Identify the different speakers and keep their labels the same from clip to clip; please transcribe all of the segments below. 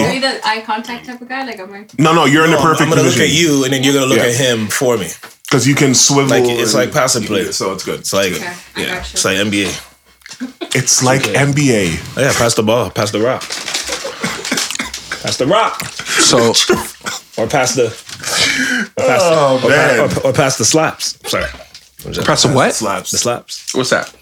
Speaker 1: an eye contact type of guy? Like, am I?
Speaker 2: No, no, you're in the
Speaker 3: No, I'm
Speaker 2: perfect
Speaker 3: gonna look at
Speaker 2: position
Speaker 3: you, and then you're gonna look
Speaker 2: Yeah.
Speaker 3: at him for me.
Speaker 2: because you can swivel.
Speaker 3: Like it's
Speaker 2: and-
Speaker 3: like passing play.
Speaker 2: Yeah, so it's good.
Speaker 3: It's like
Speaker 1: Okay, I
Speaker 3: yeah,
Speaker 1: gotcha.
Speaker 3: it's like NBA.
Speaker 2: It's like NBA.
Speaker 3: Oh, yeah, pass the ball, pass the rock, pass the rock,
Speaker 4: So
Speaker 3: or pass the, or pass,
Speaker 2: Oh,
Speaker 3: or,
Speaker 2: man.
Speaker 3: pa- or, or pass the slaps. Sorry, I'm just-
Speaker 4: press a what?
Speaker 2: Slaps.
Speaker 3: the slaps.
Speaker 4: What's that?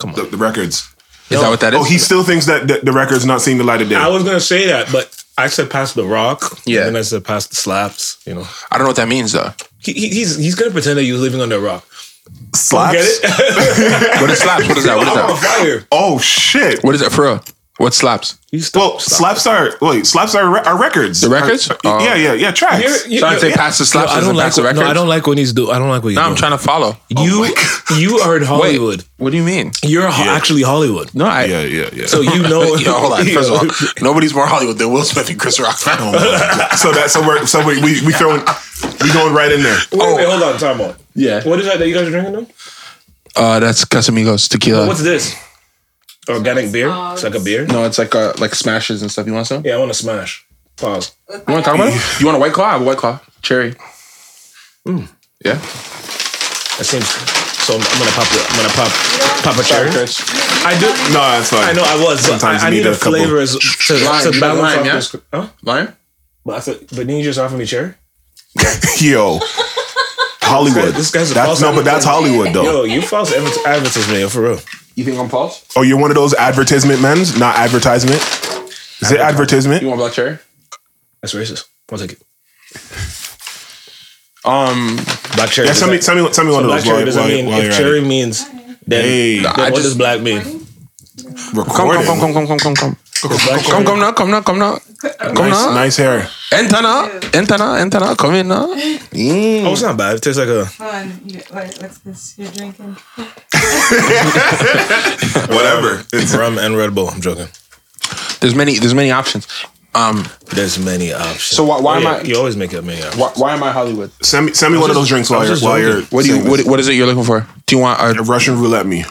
Speaker 2: The, the records.
Speaker 4: Is that what that is?
Speaker 2: Oh, he still thinks that the, the record's not seeing the light of day.
Speaker 3: I was gonna say that, but I said pass the rock.
Speaker 4: Yeah.
Speaker 3: and then I said pass the slaps. You know,
Speaker 4: I don't know what that means though.
Speaker 3: he, he, he's he's gonna pretend that you're living under a rock.
Speaker 2: Slaps.
Speaker 3: Get it?
Speaker 4: What is slaps? What is that? What is
Speaker 3: I'm on
Speaker 4: that?
Speaker 3: fire.
Speaker 2: Oh shit.
Speaker 4: What is that for real? What slaps?
Speaker 3: You still-
Speaker 2: Well, slaps are wait, slaps are, re- are records. Oh.
Speaker 4: The records?
Speaker 2: Are- are- yeah, yeah, yeah. Tracks.
Speaker 3: You're- you're-
Speaker 4: So I say
Speaker 3: yeah.
Speaker 4: pass the
Speaker 3: No,
Speaker 4: slaps.
Speaker 3: I don't like.
Speaker 4: pass the
Speaker 3: What,
Speaker 4: records.
Speaker 3: no, I don't like what he's do. I don't like what you.
Speaker 4: Now I'm trying to follow. Oh,
Speaker 3: You you are in Hollywood.
Speaker 4: What do you mean?
Speaker 3: You're ho- actually Hollywood.
Speaker 4: No, I.
Speaker 2: yeah, yeah, yeah.
Speaker 3: So you know.
Speaker 4: Yo, hold on. First of all, nobody's more Hollywood than Will Smith and Chris Rock.
Speaker 2: so that so we're so we we, we throwing we going right in there.
Speaker 3: Wait, wait, hold on, time out.
Speaker 4: Yeah.
Speaker 3: What is that that you guys are drinking now?
Speaker 4: Uh, that's Casamigos tequila.
Speaker 3: What's this? Organic beer? It's like a beer?
Speaker 4: Uh, no, it's like uh, like smashes and stuff. You want some?
Speaker 3: Yeah, I want to smash. Pause.
Speaker 4: You want to talk about it? You want a white claw? I have a white claw. Cherry. Hmm. Yeah.
Speaker 3: That seems. So I'm gonna pop. The, I'm gonna pop. Pop a cherry. I do.
Speaker 2: No, that's fine.
Speaker 3: I know I was. But
Speaker 2: Sometimes
Speaker 3: I, I
Speaker 2: you
Speaker 3: need
Speaker 2: need
Speaker 3: a
Speaker 2: a couple-
Speaker 3: flavor as, to, to
Speaker 4: Lime, you got
Speaker 3: balance
Speaker 4: lime,
Speaker 3: out
Speaker 4: yeah?
Speaker 3: this. Huh?
Speaker 4: Lime?
Speaker 3: But, I thought, but didn't you just offer me cherry?
Speaker 2: Yo. Hollywood.
Speaker 3: This guy's a
Speaker 2: that's,
Speaker 3: false
Speaker 2: no, but that's Hollywood though.
Speaker 3: Yo, you false adver- advertisement, yo, for real.
Speaker 4: You think I'm false?
Speaker 2: Oh, you're one of those advertisement men's, not advertisement. Is it
Speaker 4: You
Speaker 2: advertisement?
Speaker 4: want black cherry?
Speaker 3: That's racist. I'll take it.
Speaker 4: Um,
Speaker 3: Black cherry.
Speaker 2: Yeah,
Speaker 3: does
Speaker 2: send me,
Speaker 3: that-
Speaker 2: send me, send me one of
Speaker 3: black
Speaker 2: those.
Speaker 3: cherry
Speaker 2: While,
Speaker 3: doesn't
Speaker 2: while,
Speaker 3: mean
Speaker 2: while
Speaker 3: if
Speaker 2: you're
Speaker 3: cherry
Speaker 2: at
Speaker 3: means then,
Speaker 2: Hey.
Speaker 3: then
Speaker 4: I
Speaker 3: what does
Speaker 4: just-
Speaker 3: black mean?
Speaker 2: it.
Speaker 4: come,
Speaker 2: recording.
Speaker 4: come, come, come, come, come, come, come.
Speaker 3: Black
Speaker 4: Come,
Speaker 3: cherry-
Speaker 4: come now, come now, come now. Come
Speaker 2: Nice,
Speaker 4: now.
Speaker 2: nice hair.
Speaker 4: Enter now. Enter now, enter now. Come in now.
Speaker 3: Oh, it's not bad. It tastes like a.
Speaker 1: Hold on. You- What, what's this you're drinking?
Speaker 2: Whatever. It's
Speaker 3: Rum and Red Bull. I'm joking.
Speaker 4: There's many, there's many options. Um,
Speaker 3: There's many options.
Speaker 4: So why- why am
Speaker 3: yeah,
Speaker 4: I-
Speaker 3: You always make up many options.
Speaker 4: why, why am I Hollywood?
Speaker 2: send me, send me one of
Speaker 3: just-
Speaker 2: those drinks
Speaker 3: I
Speaker 2: while
Speaker 3: was
Speaker 2: you're,
Speaker 3: just
Speaker 2: while
Speaker 3: joking.
Speaker 2: you're.
Speaker 4: What do you,
Speaker 2: saying
Speaker 4: what,
Speaker 2: this.
Speaker 4: what is it you're looking for? Do you want, uh,
Speaker 2: A Russian roulette me,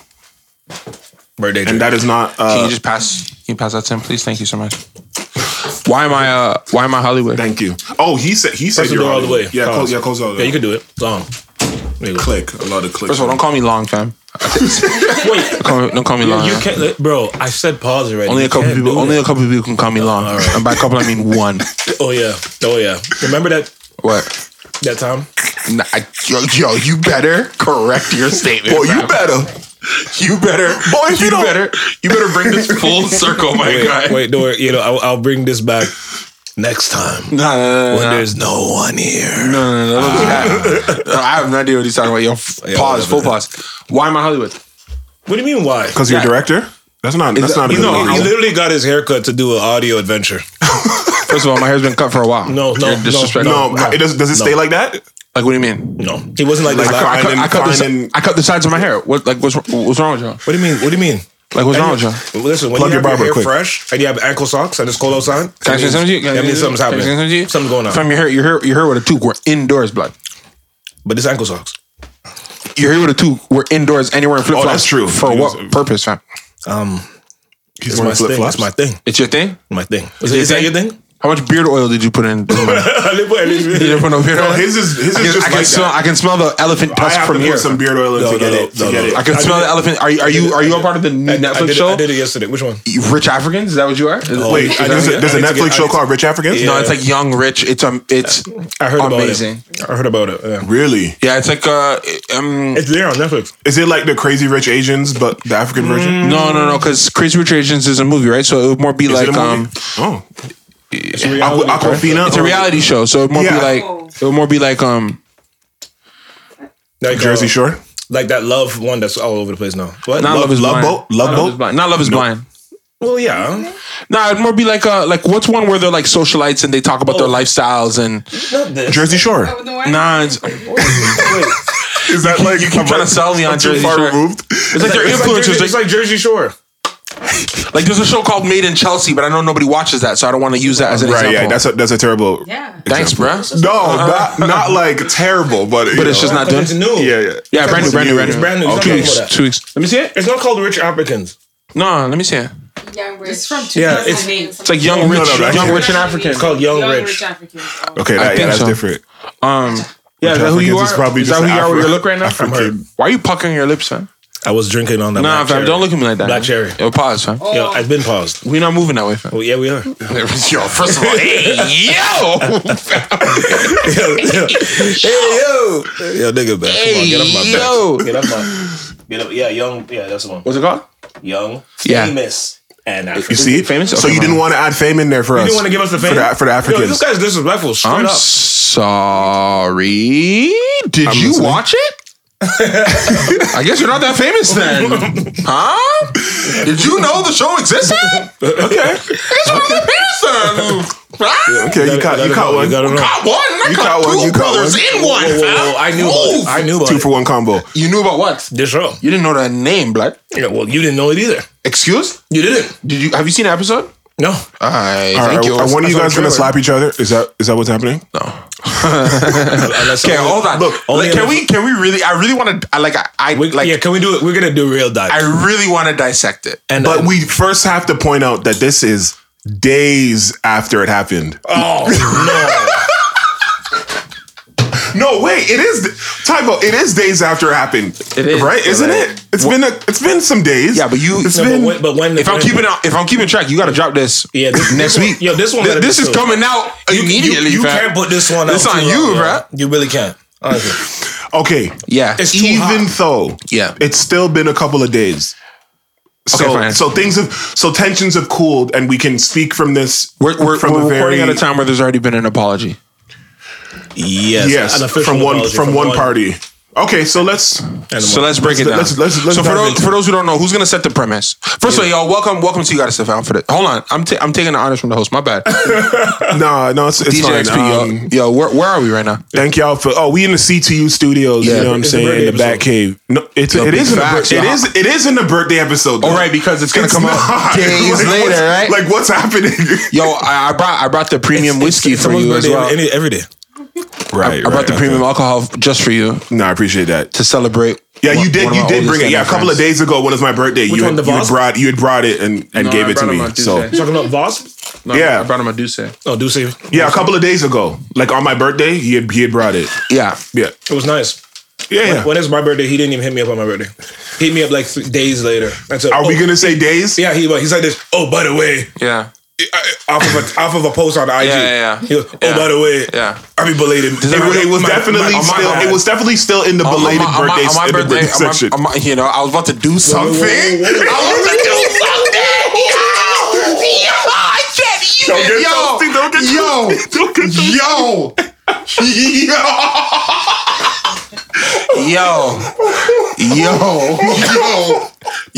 Speaker 3: Birthday
Speaker 2: and
Speaker 3: drink.
Speaker 2: that is not.
Speaker 4: can
Speaker 2: Uh,
Speaker 4: you just pass, can you pass that to him, please? Thank you so much. Why am I, uh, why am I Hollywood?
Speaker 2: thank you. Oh, he said. He said
Speaker 3: Close the
Speaker 2: you're
Speaker 3: door all the way.
Speaker 2: Yeah,
Speaker 3: Pause.
Speaker 2: close, yeah, close all the
Speaker 3: Yeah,
Speaker 2: way.
Speaker 3: you can do it. Long. There you go.
Speaker 2: click a lot of clicks.
Speaker 4: First of all, don't call me long, fam.
Speaker 3: Wait.
Speaker 4: Call me, don't call me long.
Speaker 3: You
Speaker 4: yeah.
Speaker 3: can't, let- bro. I said pause already.
Speaker 4: Only
Speaker 3: You
Speaker 4: a couple
Speaker 3: can't
Speaker 4: people.
Speaker 3: do
Speaker 4: Only
Speaker 3: that.
Speaker 4: a couple people can call me long,
Speaker 3: right.
Speaker 4: and by a couple I mean one.
Speaker 3: Oh yeah. Oh yeah. Remember that
Speaker 4: What?
Speaker 3: that time?
Speaker 4: Nah, I- yo, yo, you better correct your statement.
Speaker 2: Boy, Oh, you
Speaker 4: fam.
Speaker 2: better.
Speaker 4: You better.
Speaker 2: Boy, if you
Speaker 4: you
Speaker 2: don't-
Speaker 4: better. You better bring this full circle, my guy.
Speaker 3: Wait, don't worry. You know, I'll, I'll bring this back next time.
Speaker 4: Nah, nah,
Speaker 3: When
Speaker 4: nah, nah, nah.
Speaker 3: there's no one here.
Speaker 4: No, no, no, no, no, no, no. I have no idea what he's talking about. Yo, f-
Speaker 3: Yeah,
Speaker 4: pause, full
Speaker 3: whatever.
Speaker 4: pause. Why am I Hollywood?
Speaker 3: What do you mean? Why?
Speaker 2: Because you're a director. That's not. That's not a
Speaker 3: You
Speaker 2: good
Speaker 3: know, he
Speaker 2: reason.
Speaker 3: literally got his haircut to do an audio adventure.
Speaker 4: First of all, my hair's been cut for a while.
Speaker 3: No, no,
Speaker 4: You're
Speaker 3: no,
Speaker 4: disrespectful.
Speaker 2: No,
Speaker 3: No,
Speaker 2: it does. Does it
Speaker 3: no.
Speaker 2: stay like that?
Speaker 4: Like, what do you mean?
Speaker 3: No, he wasn't like, this.
Speaker 2: Like,
Speaker 3: last-
Speaker 4: I cut,
Speaker 2: Finding-
Speaker 4: I, cut the, si-
Speaker 2: finding-
Speaker 4: I cut the sides of my hair. What, like, what's, what's wrong with y'all?
Speaker 3: What do you mean? What do you mean?
Speaker 4: Like, what's wrong with y'all?
Speaker 3: Listen, when
Speaker 2: Plug
Speaker 3: you
Speaker 2: your
Speaker 3: have your
Speaker 2: barber
Speaker 3: hair
Speaker 2: quick.
Speaker 3: fresh and you have ankle socks and it's cold outside,
Speaker 4: Can I say something to you? Can I
Speaker 3: that
Speaker 4: say
Speaker 3: means something's
Speaker 4: something-
Speaker 3: happening.
Speaker 4: can I say something to you?
Speaker 3: Something's going on.
Speaker 4: From your hair, your hair, your hair with a toque. We're indoors, blood.
Speaker 3: but it's ankle socks.
Speaker 4: Your hair with a toque. We're indoors anywhere in flip flops.
Speaker 2: that's true.
Speaker 4: For
Speaker 2: He
Speaker 4: what
Speaker 2: was-
Speaker 4: purpose, fam?
Speaker 2: He's
Speaker 3: It's my
Speaker 2: wearing flip
Speaker 3: thing.
Speaker 2: flops.
Speaker 3: It's my thing.
Speaker 4: It's your thing.
Speaker 3: My thing. Is, is that your thing?
Speaker 4: How much beard oil did you put in? you didn't put no beard oil.
Speaker 2: His is his is
Speaker 4: I can, I
Speaker 2: just
Speaker 4: can
Speaker 2: like
Speaker 4: smell.
Speaker 2: that.
Speaker 4: I can smell the elephant
Speaker 2: I
Speaker 4: tusk
Speaker 2: have to
Speaker 4: from
Speaker 2: put
Speaker 4: here.
Speaker 2: some beard oil in
Speaker 3: No,
Speaker 2: to
Speaker 3: no,
Speaker 2: get
Speaker 3: no,
Speaker 2: it.
Speaker 3: no,
Speaker 2: To get
Speaker 3: no.
Speaker 2: it.
Speaker 4: I can
Speaker 3: I
Speaker 4: smell
Speaker 3: did
Speaker 4: the
Speaker 3: it.
Speaker 4: elephant. Are you are you are you a part of the new
Speaker 3: I, I,
Speaker 4: Netflix
Speaker 3: did,
Speaker 4: show?
Speaker 3: I did it yesterday. Which one?
Speaker 4: You- Rich Africans? Is that what you are? Is-
Speaker 2: Wait,
Speaker 3: I
Speaker 4: is
Speaker 2: there's a,
Speaker 3: need
Speaker 4: that what you are?
Speaker 2: there's a
Speaker 3: I need to
Speaker 2: Netflix
Speaker 3: get-
Speaker 2: show
Speaker 3: I need
Speaker 2: called Rich Africans.
Speaker 4: no,
Speaker 3: Yeah.
Speaker 4: it's like young rich. It's um, it's
Speaker 3: I heard
Speaker 4: amazing.
Speaker 3: about it. I heard about it. Yeah.
Speaker 2: Really?
Speaker 4: Yeah, it's like uh, um,
Speaker 3: It's there on Netflix.
Speaker 2: Is it like the Crazy Rich Asians, but the African version?
Speaker 4: no, no, no, because Crazy Rich Asians is a movie, right? So it would more be
Speaker 2: Is
Speaker 4: like
Speaker 2: it a movie? oh,
Speaker 4: um,
Speaker 3: It's a reality.
Speaker 2: Aqu- Aquafina.
Speaker 4: it's a reality show. So it would more
Speaker 2: Oh. Yeah.
Speaker 4: be like it would more be like um,
Speaker 3: Like, uh,
Speaker 2: Jersey Shore.
Speaker 3: Like that love one that's all over the place now. What?
Speaker 4: not Love, is
Speaker 2: Love
Speaker 4: blind.
Speaker 2: Boat? Love
Speaker 4: Not
Speaker 2: Boat?
Speaker 4: is blind. Not Love is blind.
Speaker 3: Well, yeah.
Speaker 4: Nah, it'd more be like uh, like what's one where they're like socialites and they talk about their
Speaker 3: Oh.
Speaker 4: lifestyles and
Speaker 3: Not this.
Speaker 2: Jersey Shore.
Speaker 1: Oh, the one-
Speaker 4: nah, it's,
Speaker 3: Wait.
Speaker 2: Is that like
Speaker 4: you keep trying to sell me on Jersey Shore. it's like they're
Speaker 3: It's like,
Speaker 4: influencers.
Speaker 3: Jersey, it's
Speaker 4: Like,
Speaker 3: like Jersey Shore.
Speaker 4: like there's a show called Made in Chelsea, but I know nobody watches that, so I don't want to use that as an
Speaker 2: Right,
Speaker 4: example.
Speaker 2: yeah, that's a that's a terrible.
Speaker 1: Yeah.
Speaker 4: Thanks, bro.
Speaker 2: No, not not like terrible, but
Speaker 4: But it's just not done.
Speaker 3: It's new.
Speaker 2: Yeah, yeah,
Speaker 4: Yeah, brand new, brand new, brand
Speaker 3: It's
Speaker 4: new.
Speaker 3: brand new.
Speaker 4: Two
Speaker 3: Okay.
Speaker 4: weeks. Two weeks. Let me see it.
Speaker 3: It's not called Rich Africans.
Speaker 4: No, let me see it.
Speaker 5: Young Rich.
Speaker 1: It's from
Speaker 3: Yeah, it's-
Speaker 1: 2008.
Speaker 4: It's like young
Speaker 2: No,
Speaker 4: rich,
Speaker 2: no, no,
Speaker 4: young
Speaker 2: that's-
Speaker 4: rich and African.
Speaker 3: It's called Young Rich.
Speaker 5: Africans.
Speaker 2: Okay,
Speaker 4: I
Speaker 2: that, yeah,
Speaker 4: think
Speaker 2: that's
Speaker 4: so.
Speaker 2: different.
Speaker 4: Um, yeah, is
Speaker 2: Which
Speaker 4: that who you
Speaker 2: Africans is
Speaker 4: are?
Speaker 2: probably
Speaker 4: Is that
Speaker 2: just
Speaker 4: who you are? with
Speaker 2: Afri-
Speaker 4: Your look right now.
Speaker 2: African.
Speaker 4: Why are you puckering your lips, son?
Speaker 3: I was drinking on that.
Speaker 4: Nah,
Speaker 3: black
Speaker 4: fam,
Speaker 3: cherry.
Speaker 4: don't look at me like that.
Speaker 3: Black
Speaker 4: man.
Speaker 3: cherry.
Speaker 4: Yo, pause, fam.
Speaker 3: Yo, I've been paused.
Speaker 4: We're not moving that way, fam.
Speaker 3: Oh yeah, we are. yo,
Speaker 4: Yo, first of all, hey, yo,
Speaker 3: yo. Hey yo, yo, nigga, man. Come on, get off my
Speaker 4: hey,
Speaker 3: back.
Speaker 4: yo.
Speaker 3: Get up, man. Get up. Yeah, young. Yeah, that's the one.
Speaker 4: What's it called?
Speaker 3: Young,
Speaker 4: Yeah.
Speaker 3: famous, and African.
Speaker 2: You see,
Speaker 4: famous?
Speaker 2: So
Speaker 4: Okay,
Speaker 2: you
Speaker 4: my
Speaker 2: didn't
Speaker 4: bad.
Speaker 2: want to add fame in there for us.
Speaker 3: You didn't want to give us the fame
Speaker 2: for the, for the
Speaker 3: Yo,
Speaker 2: Africans.
Speaker 3: this guy's disrespectful. Straight
Speaker 4: I'm
Speaker 3: up.
Speaker 4: sorry. Did
Speaker 2: I'm
Speaker 4: you
Speaker 2: listening.
Speaker 4: watch it? I guess you're not that famous then, huh? Did you know the show existed? Okay, it's not that famous then. Huh?
Speaker 2: okay, you,
Speaker 3: gotta-
Speaker 2: caught you
Speaker 3: gotta
Speaker 2: caught
Speaker 3: know,
Speaker 2: one.
Speaker 3: You gotta know.
Speaker 4: Caught one. I
Speaker 2: You
Speaker 4: caught,
Speaker 2: caught one,
Speaker 4: two
Speaker 2: you caught
Speaker 4: brothers
Speaker 2: one.
Speaker 4: in one.
Speaker 3: Whoa, whoa,
Speaker 4: fam.
Speaker 3: whoa, I knew about
Speaker 4: Move.
Speaker 3: it. I knew about
Speaker 2: Two
Speaker 3: it.
Speaker 2: for one combo.
Speaker 4: You knew about what?
Speaker 3: this show.
Speaker 4: You didn't know the name, blood.
Speaker 3: Yeah, well, you didn't know it either.
Speaker 4: Excuse?
Speaker 3: You didn't.
Speaker 4: Did you have you seen an episode?
Speaker 3: No.
Speaker 4: I
Speaker 2: All right,
Speaker 4: thank you.
Speaker 2: are, are one of you
Speaker 4: I
Speaker 2: guys
Speaker 4: saw the
Speaker 2: gonna
Speaker 4: trailer.
Speaker 2: slap each other? Is that is that what's happening?
Speaker 3: Unless
Speaker 4: Okay,
Speaker 3: I'm-
Speaker 4: hold on. Look,
Speaker 3: only
Speaker 4: like, can
Speaker 3: if-
Speaker 4: we can we really? I really want to. I like. I, I
Speaker 3: We,
Speaker 4: like.
Speaker 3: yeah, can we do it? We're gonna do real dive.
Speaker 4: I really want to dissect it.
Speaker 3: and uh,
Speaker 2: But
Speaker 3: and-
Speaker 2: we first have to point out that this is days after it happened.
Speaker 4: Uh,
Speaker 3: oh
Speaker 2: No, wait, it is Tybo. It is days after it happened.
Speaker 4: It is,
Speaker 2: right, isn't
Speaker 4: right.
Speaker 2: it? It's been a, it's been some days.
Speaker 4: Yeah, but you-
Speaker 2: It's
Speaker 3: no.
Speaker 2: been
Speaker 3: no but when, but when
Speaker 4: If I'm
Speaker 3: when-
Speaker 4: keeping out, if I'm keeping track, you got to drop this.
Speaker 3: Yeah, this-
Speaker 4: next
Speaker 3: this one-
Speaker 4: week.
Speaker 3: yo, this one
Speaker 4: Th-
Speaker 3: gotta be
Speaker 4: this is
Speaker 3: soon.
Speaker 4: coming out immediately.
Speaker 3: you, you
Speaker 4: fam.
Speaker 3: can't put this one.
Speaker 4: This
Speaker 3: out
Speaker 4: on
Speaker 3: too
Speaker 4: you,
Speaker 3: long, yo.
Speaker 4: bruh.
Speaker 3: You really can't. Honestly.
Speaker 2: okay.
Speaker 4: Yeah.
Speaker 3: It's too
Speaker 2: Even
Speaker 3: hot.
Speaker 2: though,
Speaker 4: Yeah.
Speaker 2: it's still been a couple of days. So,
Speaker 4: Okay, fine.
Speaker 2: so things have so tensions have cooled, and we can speak from this.
Speaker 4: we're we're,
Speaker 2: from
Speaker 4: we're
Speaker 2: a
Speaker 4: recording
Speaker 2: very-
Speaker 4: at a time where there's already been an apology.
Speaker 3: Yes.
Speaker 2: Yes,
Speaker 3: an official
Speaker 2: from one
Speaker 3: apology
Speaker 2: from, one, party. Okay, so let's.
Speaker 3: and
Speaker 4: So
Speaker 3: one.
Speaker 4: let's break it down.
Speaker 2: let's- let's- let's
Speaker 4: so for
Speaker 2: dive
Speaker 4: those,
Speaker 2: into
Speaker 4: for those who don't know, who's gonna set the premise? First of all, y'all, welcome welcome to you gotta stuff out for this. Hold on, I'm ta- I'm taking the honors from the host. My bad.
Speaker 2: No, no, it's, it's
Speaker 4: DJ
Speaker 2: fine.
Speaker 4: XP,
Speaker 2: Um,
Speaker 4: yo, yo, where, where are we right now?
Speaker 2: thank y'all for. Oh, we in the CTU studios.
Speaker 4: Yeah.
Speaker 2: you know what I'm
Speaker 3: It's a
Speaker 2: saying?
Speaker 3: birthday
Speaker 2: In the
Speaker 3: episode.
Speaker 2: back cave. No, it's it
Speaker 4: big
Speaker 2: is in the bir-
Speaker 4: facts,
Speaker 2: it
Speaker 4: y'all.
Speaker 2: is it is in the birthday episode.
Speaker 4: All right, because it's gonna come out days later, right?
Speaker 2: Like what's happening?
Speaker 4: Yo, I, I brought I brought the premium whiskey for
Speaker 3: someone's
Speaker 4: you as
Speaker 3: birthday
Speaker 4: well.
Speaker 3: Any, every day.
Speaker 2: right,
Speaker 4: I brought the premium alcohol just for you
Speaker 2: No, I appreciate that.
Speaker 4: to celebrate.
Speaker 2: Yeah,
Speaker 4: one-
Speaker 2: you did.
Speaker 4: one of
Speaker 2: You
Speaker 4: my
Speaker 2: did
Speaker 4: oldest
Speaker 2: bring it.
Speaker 4: and
Speaker 2: Yeah, a
Speaker 4: my
Speaker 2: couple of
Speaker 4: friends.
Speaker 2: days ago when it was my birthday, you had,
Speaker 3: one, the
Speaker 2: you had
Speaker 3: Voss?
Speaker 2: brought you had brought it and, and
Speaker 4: No,
Speaker 2: gave
Speaker 4: I
Speaker 2: it to
Speaker 4: brought him
Speaker 2: me.
Speaker 4: on
Speaker 2: So
Speaker 3: You
Speaker 4: Tuesday.
Speaker 3: talking about Voss?
Speaker 4: No,
Speaker 2: Yeah.
Speaker 4: I brought him a Duce.
Speaker 3: Oh, do say it
Speaker 2: yeah, a couple of days ago, like on my birthday, he had he had brought it.
Speaker 4: Yeah.
Speaker 2: Yeah,
Speaker 3: was nice.
Speaker 2: yeah. yeah.
Speaker 3: When it's my birthday, he didn't even hit me up on my birthday. He hit me up like three days later. And said,
Speaker 2: Are we
Speaker 3: "Oh,
Speaker 2: gonna say days?
Speaker 3: Yeah, he was. He's like this. Oh, by the way,
Speaker 4: Yeah.
Speaker 3: I- I- off of a off of a post on IG.
Speaker 4: Yeah, yeah, yeah.
Speaker 3: He goes, oh,
Speaker 4: Yeah.
Speaker 3: by the way,
Speaker 4: Yeah.
Speaker 3: I be belated.
Speaker 4: that
Speaker 2: It was, it was definitely
Speaker 4: my-
Speaker 2: still.
Speaker 4: my-
Speaker 2: it was definitely still in the
Speaker 4: On- on
Speaker 2: belated
Speaker 4: my- on my-
Speaker 2: birthday,
Speaker 4: on my
Speaker 2: in the
Speaker 4: birthday,
Speaker 2: birthday
Speaker 4: on my-
Speaker 2: section.
Speaker 4: on my- you know, I was about to do something. I was about to do something. Yo, yo,
Speaker 2: Don't
Speaker 4: I can't even.
Speaker 2: get toasty, don't get
Speaker 4: yo,
Speaker 2: toasty, don't get toasty.
Speaker 4: yo, yo, yo, yo,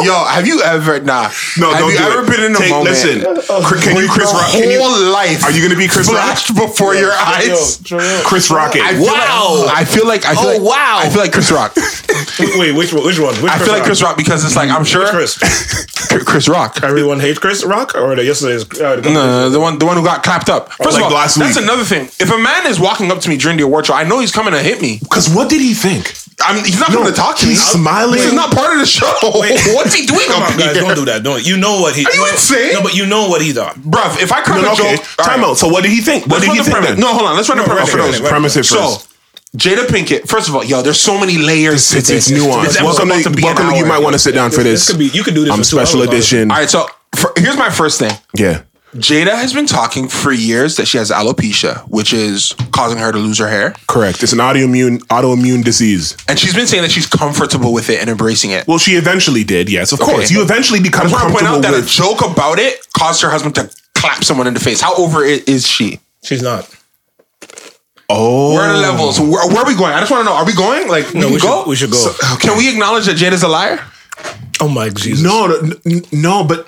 Speaker 4: yo. Have you ever? Nah.
Speaker 2: No,
Speaker 4: have
Speaker 2: don't
Speaker 4: you
Speaker 2: do
Speaker 4: ever
Speaker 2: it.
Speaker 4: been in a
Speaker 2: Take-
Speaker 4: moment?
Speaker 2: Listen, Cr- can you Chris
Speaker 4: your
Speaker 2: Rock?
Speaker 4: whole
Speaker 2: Can you,
Speaker 4: life.
Speaker 2: are you gonna be Chris Rock?
Speaker 4: flashed before your eyes?
Speaker 2: Chris Rocket.
Speaker 4: I feel
Speaker 3: Wow.
Speaker 4: Like, I feel like I feel
Speaker 2: Oh,
Speaker 4: like, wow. I feel like Chris Rock.
Speaker 3: Wait, which one? Which one? Which
Speaker 4: I feel like Chris Rock because it's like I'm sure
Speaker 3: Chris.
Speaker 4: Chris Rock.
Speaker 3: Everyone hates Chris Rock or the yesterday's. Uh, the-
Speaker 4: No, the one the one who got clapped up. First
Speaker 2: Oh, like
Speaker 4: of all,
Speaker 2: last
Speaker 4: that's
Speaker 2: week.
Speaker 4: another thing. If a man is walking up to me during the award show, I know he's coming to hit me.
Speaker 2: Because what did he think?
Speaker 4: I'm, he's not going to talk to me.
Speaker 2: he's smiling.
Speaker 4: This is not part of the show. What's he doing
Speaker 3: Come
Speaker 4: up
Speaker 3: on, guys,
Speaker 4: here?
Speaker 3: don't do that. Don't you know what he? Are
Speaker 4: you insane?
Speaker 3: No, but you know what he thought.
Speaker 4: Bruv, if I crack
Speaker 2: No, no,
Speaker 4: a joke,
Speaker 2: okay.
Speaker 4: all right.
Speaker 2: Time out. So what did he think? What
Speaker 4: Let's
Speaker 2: did he
Speaker 4: run the
Speaker 2: think?
Speaker 4: premise.
Speaker 2: then?
Speaker 4: No, hold on. Let's run the premise
Speaker 2: Okay,
Speaker 4: for those.
Speaker 3: right, right.
Speaker 2: premise it
Speaker 4: So,
Speaker 2: first.
Speaker 4: Jada Pinkett. First of all, yo, there's so many layers. to
Speaker 2: It's
Speaker 4: this.
Speaker 2: it's nuanced.
Speaker 4: This
Speaker 2: Welcome
Speaker 4: episode's
Speaker 2: to
Speaker 4: about be an
Speaker 2: welcome to. You
Speaker 4: hour.
Speaker 2: might want to sit down for
Speaker 3: This
Speaker 2: this.
Speaker 3: could be. You could do this.
Speaker 2: I'm
Speaker 3: for two
Speaker 2: special
Speaker 3: hours,
Speaker 2: edition.
Speaker 4: All right, so for, here's my first thing.
Speaker 2: Yeah.
Speaker 4: Jada has been talking for years that she has alopecia, which is causing her to lose her hair.
Speaker 2: Correct. It's an autoimmune autoimmune disease.
Speaker 4: And she's been saying that she's comfortable with it and embracing it.
Speaker 2: Well, she eventually did. Yes, of course. You eventually become
Speaker 4: I want to point
Speaker 2: comfortable
Speaker 4: out that a
Speaker 2: with.
Speaker 4: joke about it caused her husband to clap someone in the face. How over it is she?
Speaker 3: honestly. She's not.
Speaker 2: Oh,
Speaker 4: Where are the levels? Where, where are we going? I just want to know. Are we going? Like,
Speaker 3: No,
Speaker 4: we,
Speaker 3: we
Speaker 4: can go?
Speaker 3: should- we should go.
Speaker 4: Can we acknowledge that Jada's a liar?
Speaker 3: Oh my Jesus!
Speaker 2: no, no, n- no, but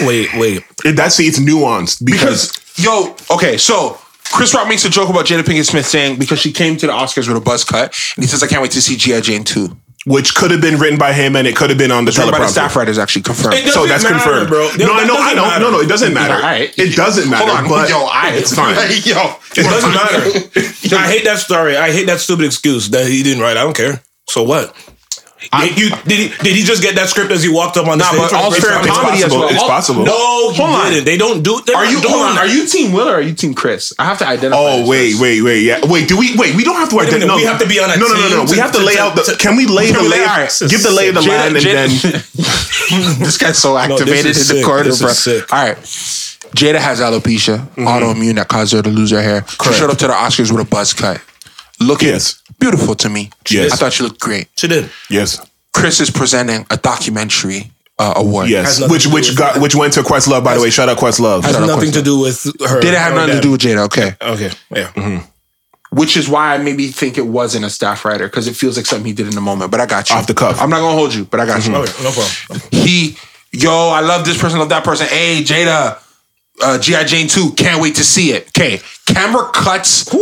Speaker 3: wait, wait.
Speaker 2: it, that's it's nuanced because,
Speaker 4: Because yo, okay, so Chris Rock makes a joke about Jada Pinkett Smith saying because she came to the Oscars with a buzz cut, and he says, "I can't wait to see GI Jane 2.
Speaker 2: which could have been written by him and it could have been on the
Speaker 4: By the staff
Speaker 2: teleprompter.
Speaker 4: writers actually confirmed.
Speaker 3: It does-
Speaker 2: So
Speaker 3: Doesn't
Speaker 2: that's
Speaker 3: matter,
Speaker 2: confirmed,
Speaker 3: bro.
Speaker 2: No,
Speaker 3: That
Speaker 2: I know, I
Speaker 3: doesn't
Speaker 2: know,
Speaker 3: matter.
Speaker 2: no, no, it doesn't matter.
Speaker 4: alright.
Speaker 2: It doesn't matter.
Speaker 4: Hold on,
Speaker 2: but
Speaker 4: yo, I,
Speaker 2: it's fine.
Speaker 4: Like, yo,
Speaker 3: It doesn't matter. I hate that story. I hate that stupid excuse that he didn't write. I don't care. So what? you did he, did he just get that script as he walked up on the
Speaker 4: Nah,
Speaker 3: stage?
Speaker 4: but
Speaker 3: for the
Speaker 4: all
Speaker 3: first
Speaker 4: fair
Speaker 3: time?
Speaker 2: It's
Speaker 4: comedy as
Speaker 2: possible.
Speaker 4: well.
Speaker 2: It's
Speaker 4: All-
Speaker 2: possible.
Speaker 3: No,
Speaker 4: Hold
Speaker 3: he
Speaker 4: on.
Speaker 3: didn't. They don't do. they
Speaker 4: Are
Speaker 3: don't
Speaker 4: you
Speaker 3: do
Speaker 4: hold on?
Speaker 3: that.
Speaker 4: Are you Team Will or are you Team Chris? I have to identify.
Speaker 2: Oh
Speaker 4: this
Speaker 2: wait,
Speaker 4: first.
Speaker 2: wait, wait, yeah, wait. Do we wait? We don't have to
Speaker 3: a minute,
Speaker 2: identify. No,
Speaker 3: we have to be on a
Speaker 2: no, no, no, no.
Speaker 3: team
Speaker 2: we
Speaker 3: to-
Speaker 2: have to
Speaker 3: to-
Speaker 2: lay
Speaker 3: to-
Speaker 2: out the.
Speaker 3: to-
Speaker 2: Can we lay the
Speaker 4: we lay-
Speaker 2: lay?
Speaker 4: alright, so
Speaker 2: give the lay of the
Speaker 4: Jada-
Speaker 2: line and then.
Speaker 4: Jada- this guy's so activated in the
Speaker 3: is sick.
Speaker 4: corner,
Speaker 3: This is
Speaker 4: bro.
Speaker 3: sick.
Speaker 4: All right. Jada has alopecia, autoimmune that caused her to lose her hair. She showed up to the Oscars with a buzz cut. Looking
Speaker 2: Yes.
Speaker 4: beautiful to me.
Speaker 2: Yes.
Speaker 4: I thought she looked great.
Speaker 3: She did.
Speaker 2: Yes.
Speaker 4: Chris is presenting a documentary uh, award.
Speaker 2: Yes.
Speaker 3: nothing
Speaker 2: Which
Speaker 3: to do
Speaker 2: which
Speaker 3: with
Speaker 2: got which went to Questlove, by the way. Shout out Questlove.
Speaker 3: Has
Speaker 4: Shout out
Speaker 3: nothing
Speaker 4: Quincy.
Speaker 3: to do with her.
Speaker 4: Didn't have
Speaker 3: her
Speaker 4: nothing to
Speaker 3: dad.
Speaker 4: do with Mm-hmm. Jada, okay.
Speaker 3: Okay. Yeah.
Speaker 4: Which is why I maybe think it wasn't a staff writer, because it feels like something he did in the moment. But I got you.
Speaker 2: Off the cuff.
Speaker 4: I'm not gonna hold you, but I got you.
Speaker 3: Okay. No problem.
Speaker 4: he, yo, I love this person, love that person. Hey, Jada, uh, G.I. Jane 2, can't wait to see it. Okay, camera cuts to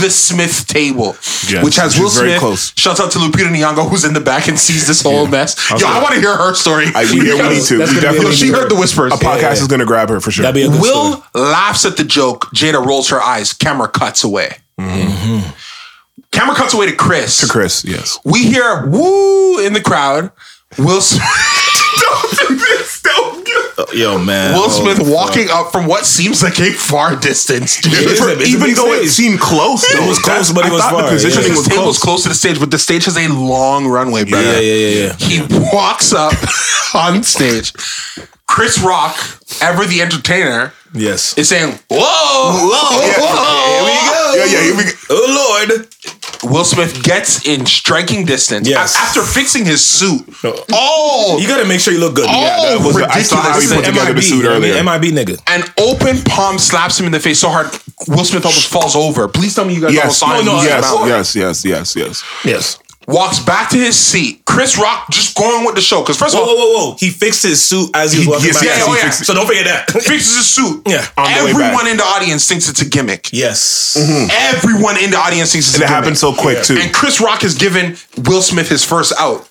Speaker 4: the Smith table,
Speaker 2: Yes,
Speaker 4: which has
Speaker 2: which
Speaker 4: Will
Speaker 2: is very
Speaker 4: Smith.
Speaker 2: close.
Speaker 4: Shouts out to Lupita Nyong'o, who's in the back and sees this whole mess. Yo, I want to hear her story.
Speaker 2: I, we, yeah, we need to.
Speaker 5: That's
Speaker 2: We
Speaker 5: gonna be
Speaker 2: definitely
Speaker 5: a-
Speaker 2: need
Speaker 4: she
Speaker 2: to.
Speaker 4: heard the whispers.
Speaker 2: A podcast is going to grab her for sure.
Speaker 3: That'd be a good
Speaker 4: Will
Speaker 3: story.
Speaker 4: laughs at the joke. Jada rolls her eyes. Camera cuts away. Camera cuts away to Chris.
Speaker 2: Mm-hmm. to Chris. Yes.
Speaker 4: We hear woo in the crowd. Will Smith. don't do this. Don't do
Speaker 5: Yo, man.
Speaker 3: Oh,
Speaker 5: Oh.
Speaker 4: Will Smith walking up from what seems like a far distance. Dude.
Speaker 3: It is a- it's a
Speaker 2: Even
Speaker 3: big
Speaker 2: though it
Speaker 3: stage.
Speaker 2: seemed close, though.
Speaker 3: was
Speaker 2: That's-
Speaker 3: close, but
Speaker 2: I
Speaker 3: it was
Speaker 2: thought
Speaker 3: far,
Speaker 2: The positioning
Speaker 3: yeah.
Speaker 2: was
Speaker 4: His table's
Speaker 2: close.
Speaker 4: close to the stage, but the stage has a long runway,
Speaker 3: Yeah,
Speaker 4: brother.
Speaker 3: yeah, yeah, yeah.
Speaker 4: He walks up on stage. Chris Rock, ever the entertainer,
Speaker 3: Yes.
Speaker 4: is saying, "Whoa, whoa, whoa!"
Speaker 2: Yeah, yeah. Here we go.
Speaker 3: Oh Lord.
Speaker 4: Will Smith gets in striking distance
Speaker 3: Yes.
Speaker 4: a- after fixing his suit. Oh,
Speaker 3: You gotta make sure you look good.
Speaker 4: oh,
Speaker 2: was the- I saw how he
Speaker 4: ridiculous.
Speaker 2: put together the
Speaker 3: MIB,
Speaker 2: suit
Speaker 3: you know what I mean?
Speaker 2: earlier.
Speaker 3: MIB nigga.
Speaker 4: An open palm slaps him in the face so hard, Will Smith almost falls over. Please tell me you guys almost
Speaker 2: Yes,
Speaker 4: saw him. lose his
Speaker 2: yes,
Speaker 4: balance.
Speaker 2: yes, yes, yes, yes.
Speaker 3: Yes.
Speaker 4: Walks back to his seat. Chris Rock just going with the show because first
Speaker 3: Whoa,
Speaker 4: of all,
Speaker 3: whoa, whoa, whoa. He fixed his suit as he was walking
Speaker 2: yes,
Speaker 3: back.
Speaker 4: yes, he
Speaker 3: oh, yeah.
Speaker 4: fixed it.
Speaker 3: So don't forget that.
Speaker 4: fixes his suit.
Speaker 3: Yeah.
Speaker 2: On the way back.
Speaker 4: everyone in the audience thinks it's a gimmick.
Speaker 3: yes.
Speaker 4: Mm-hmm. Everyone in the audience thinks it's
Speaker 2: And
Speaker 4: a
Speaker 2: it
Speaker 4: gimmick.
Speaker 2: happened so quick too.
Speaker 4: And Chris Rock has given Will Smith his first out.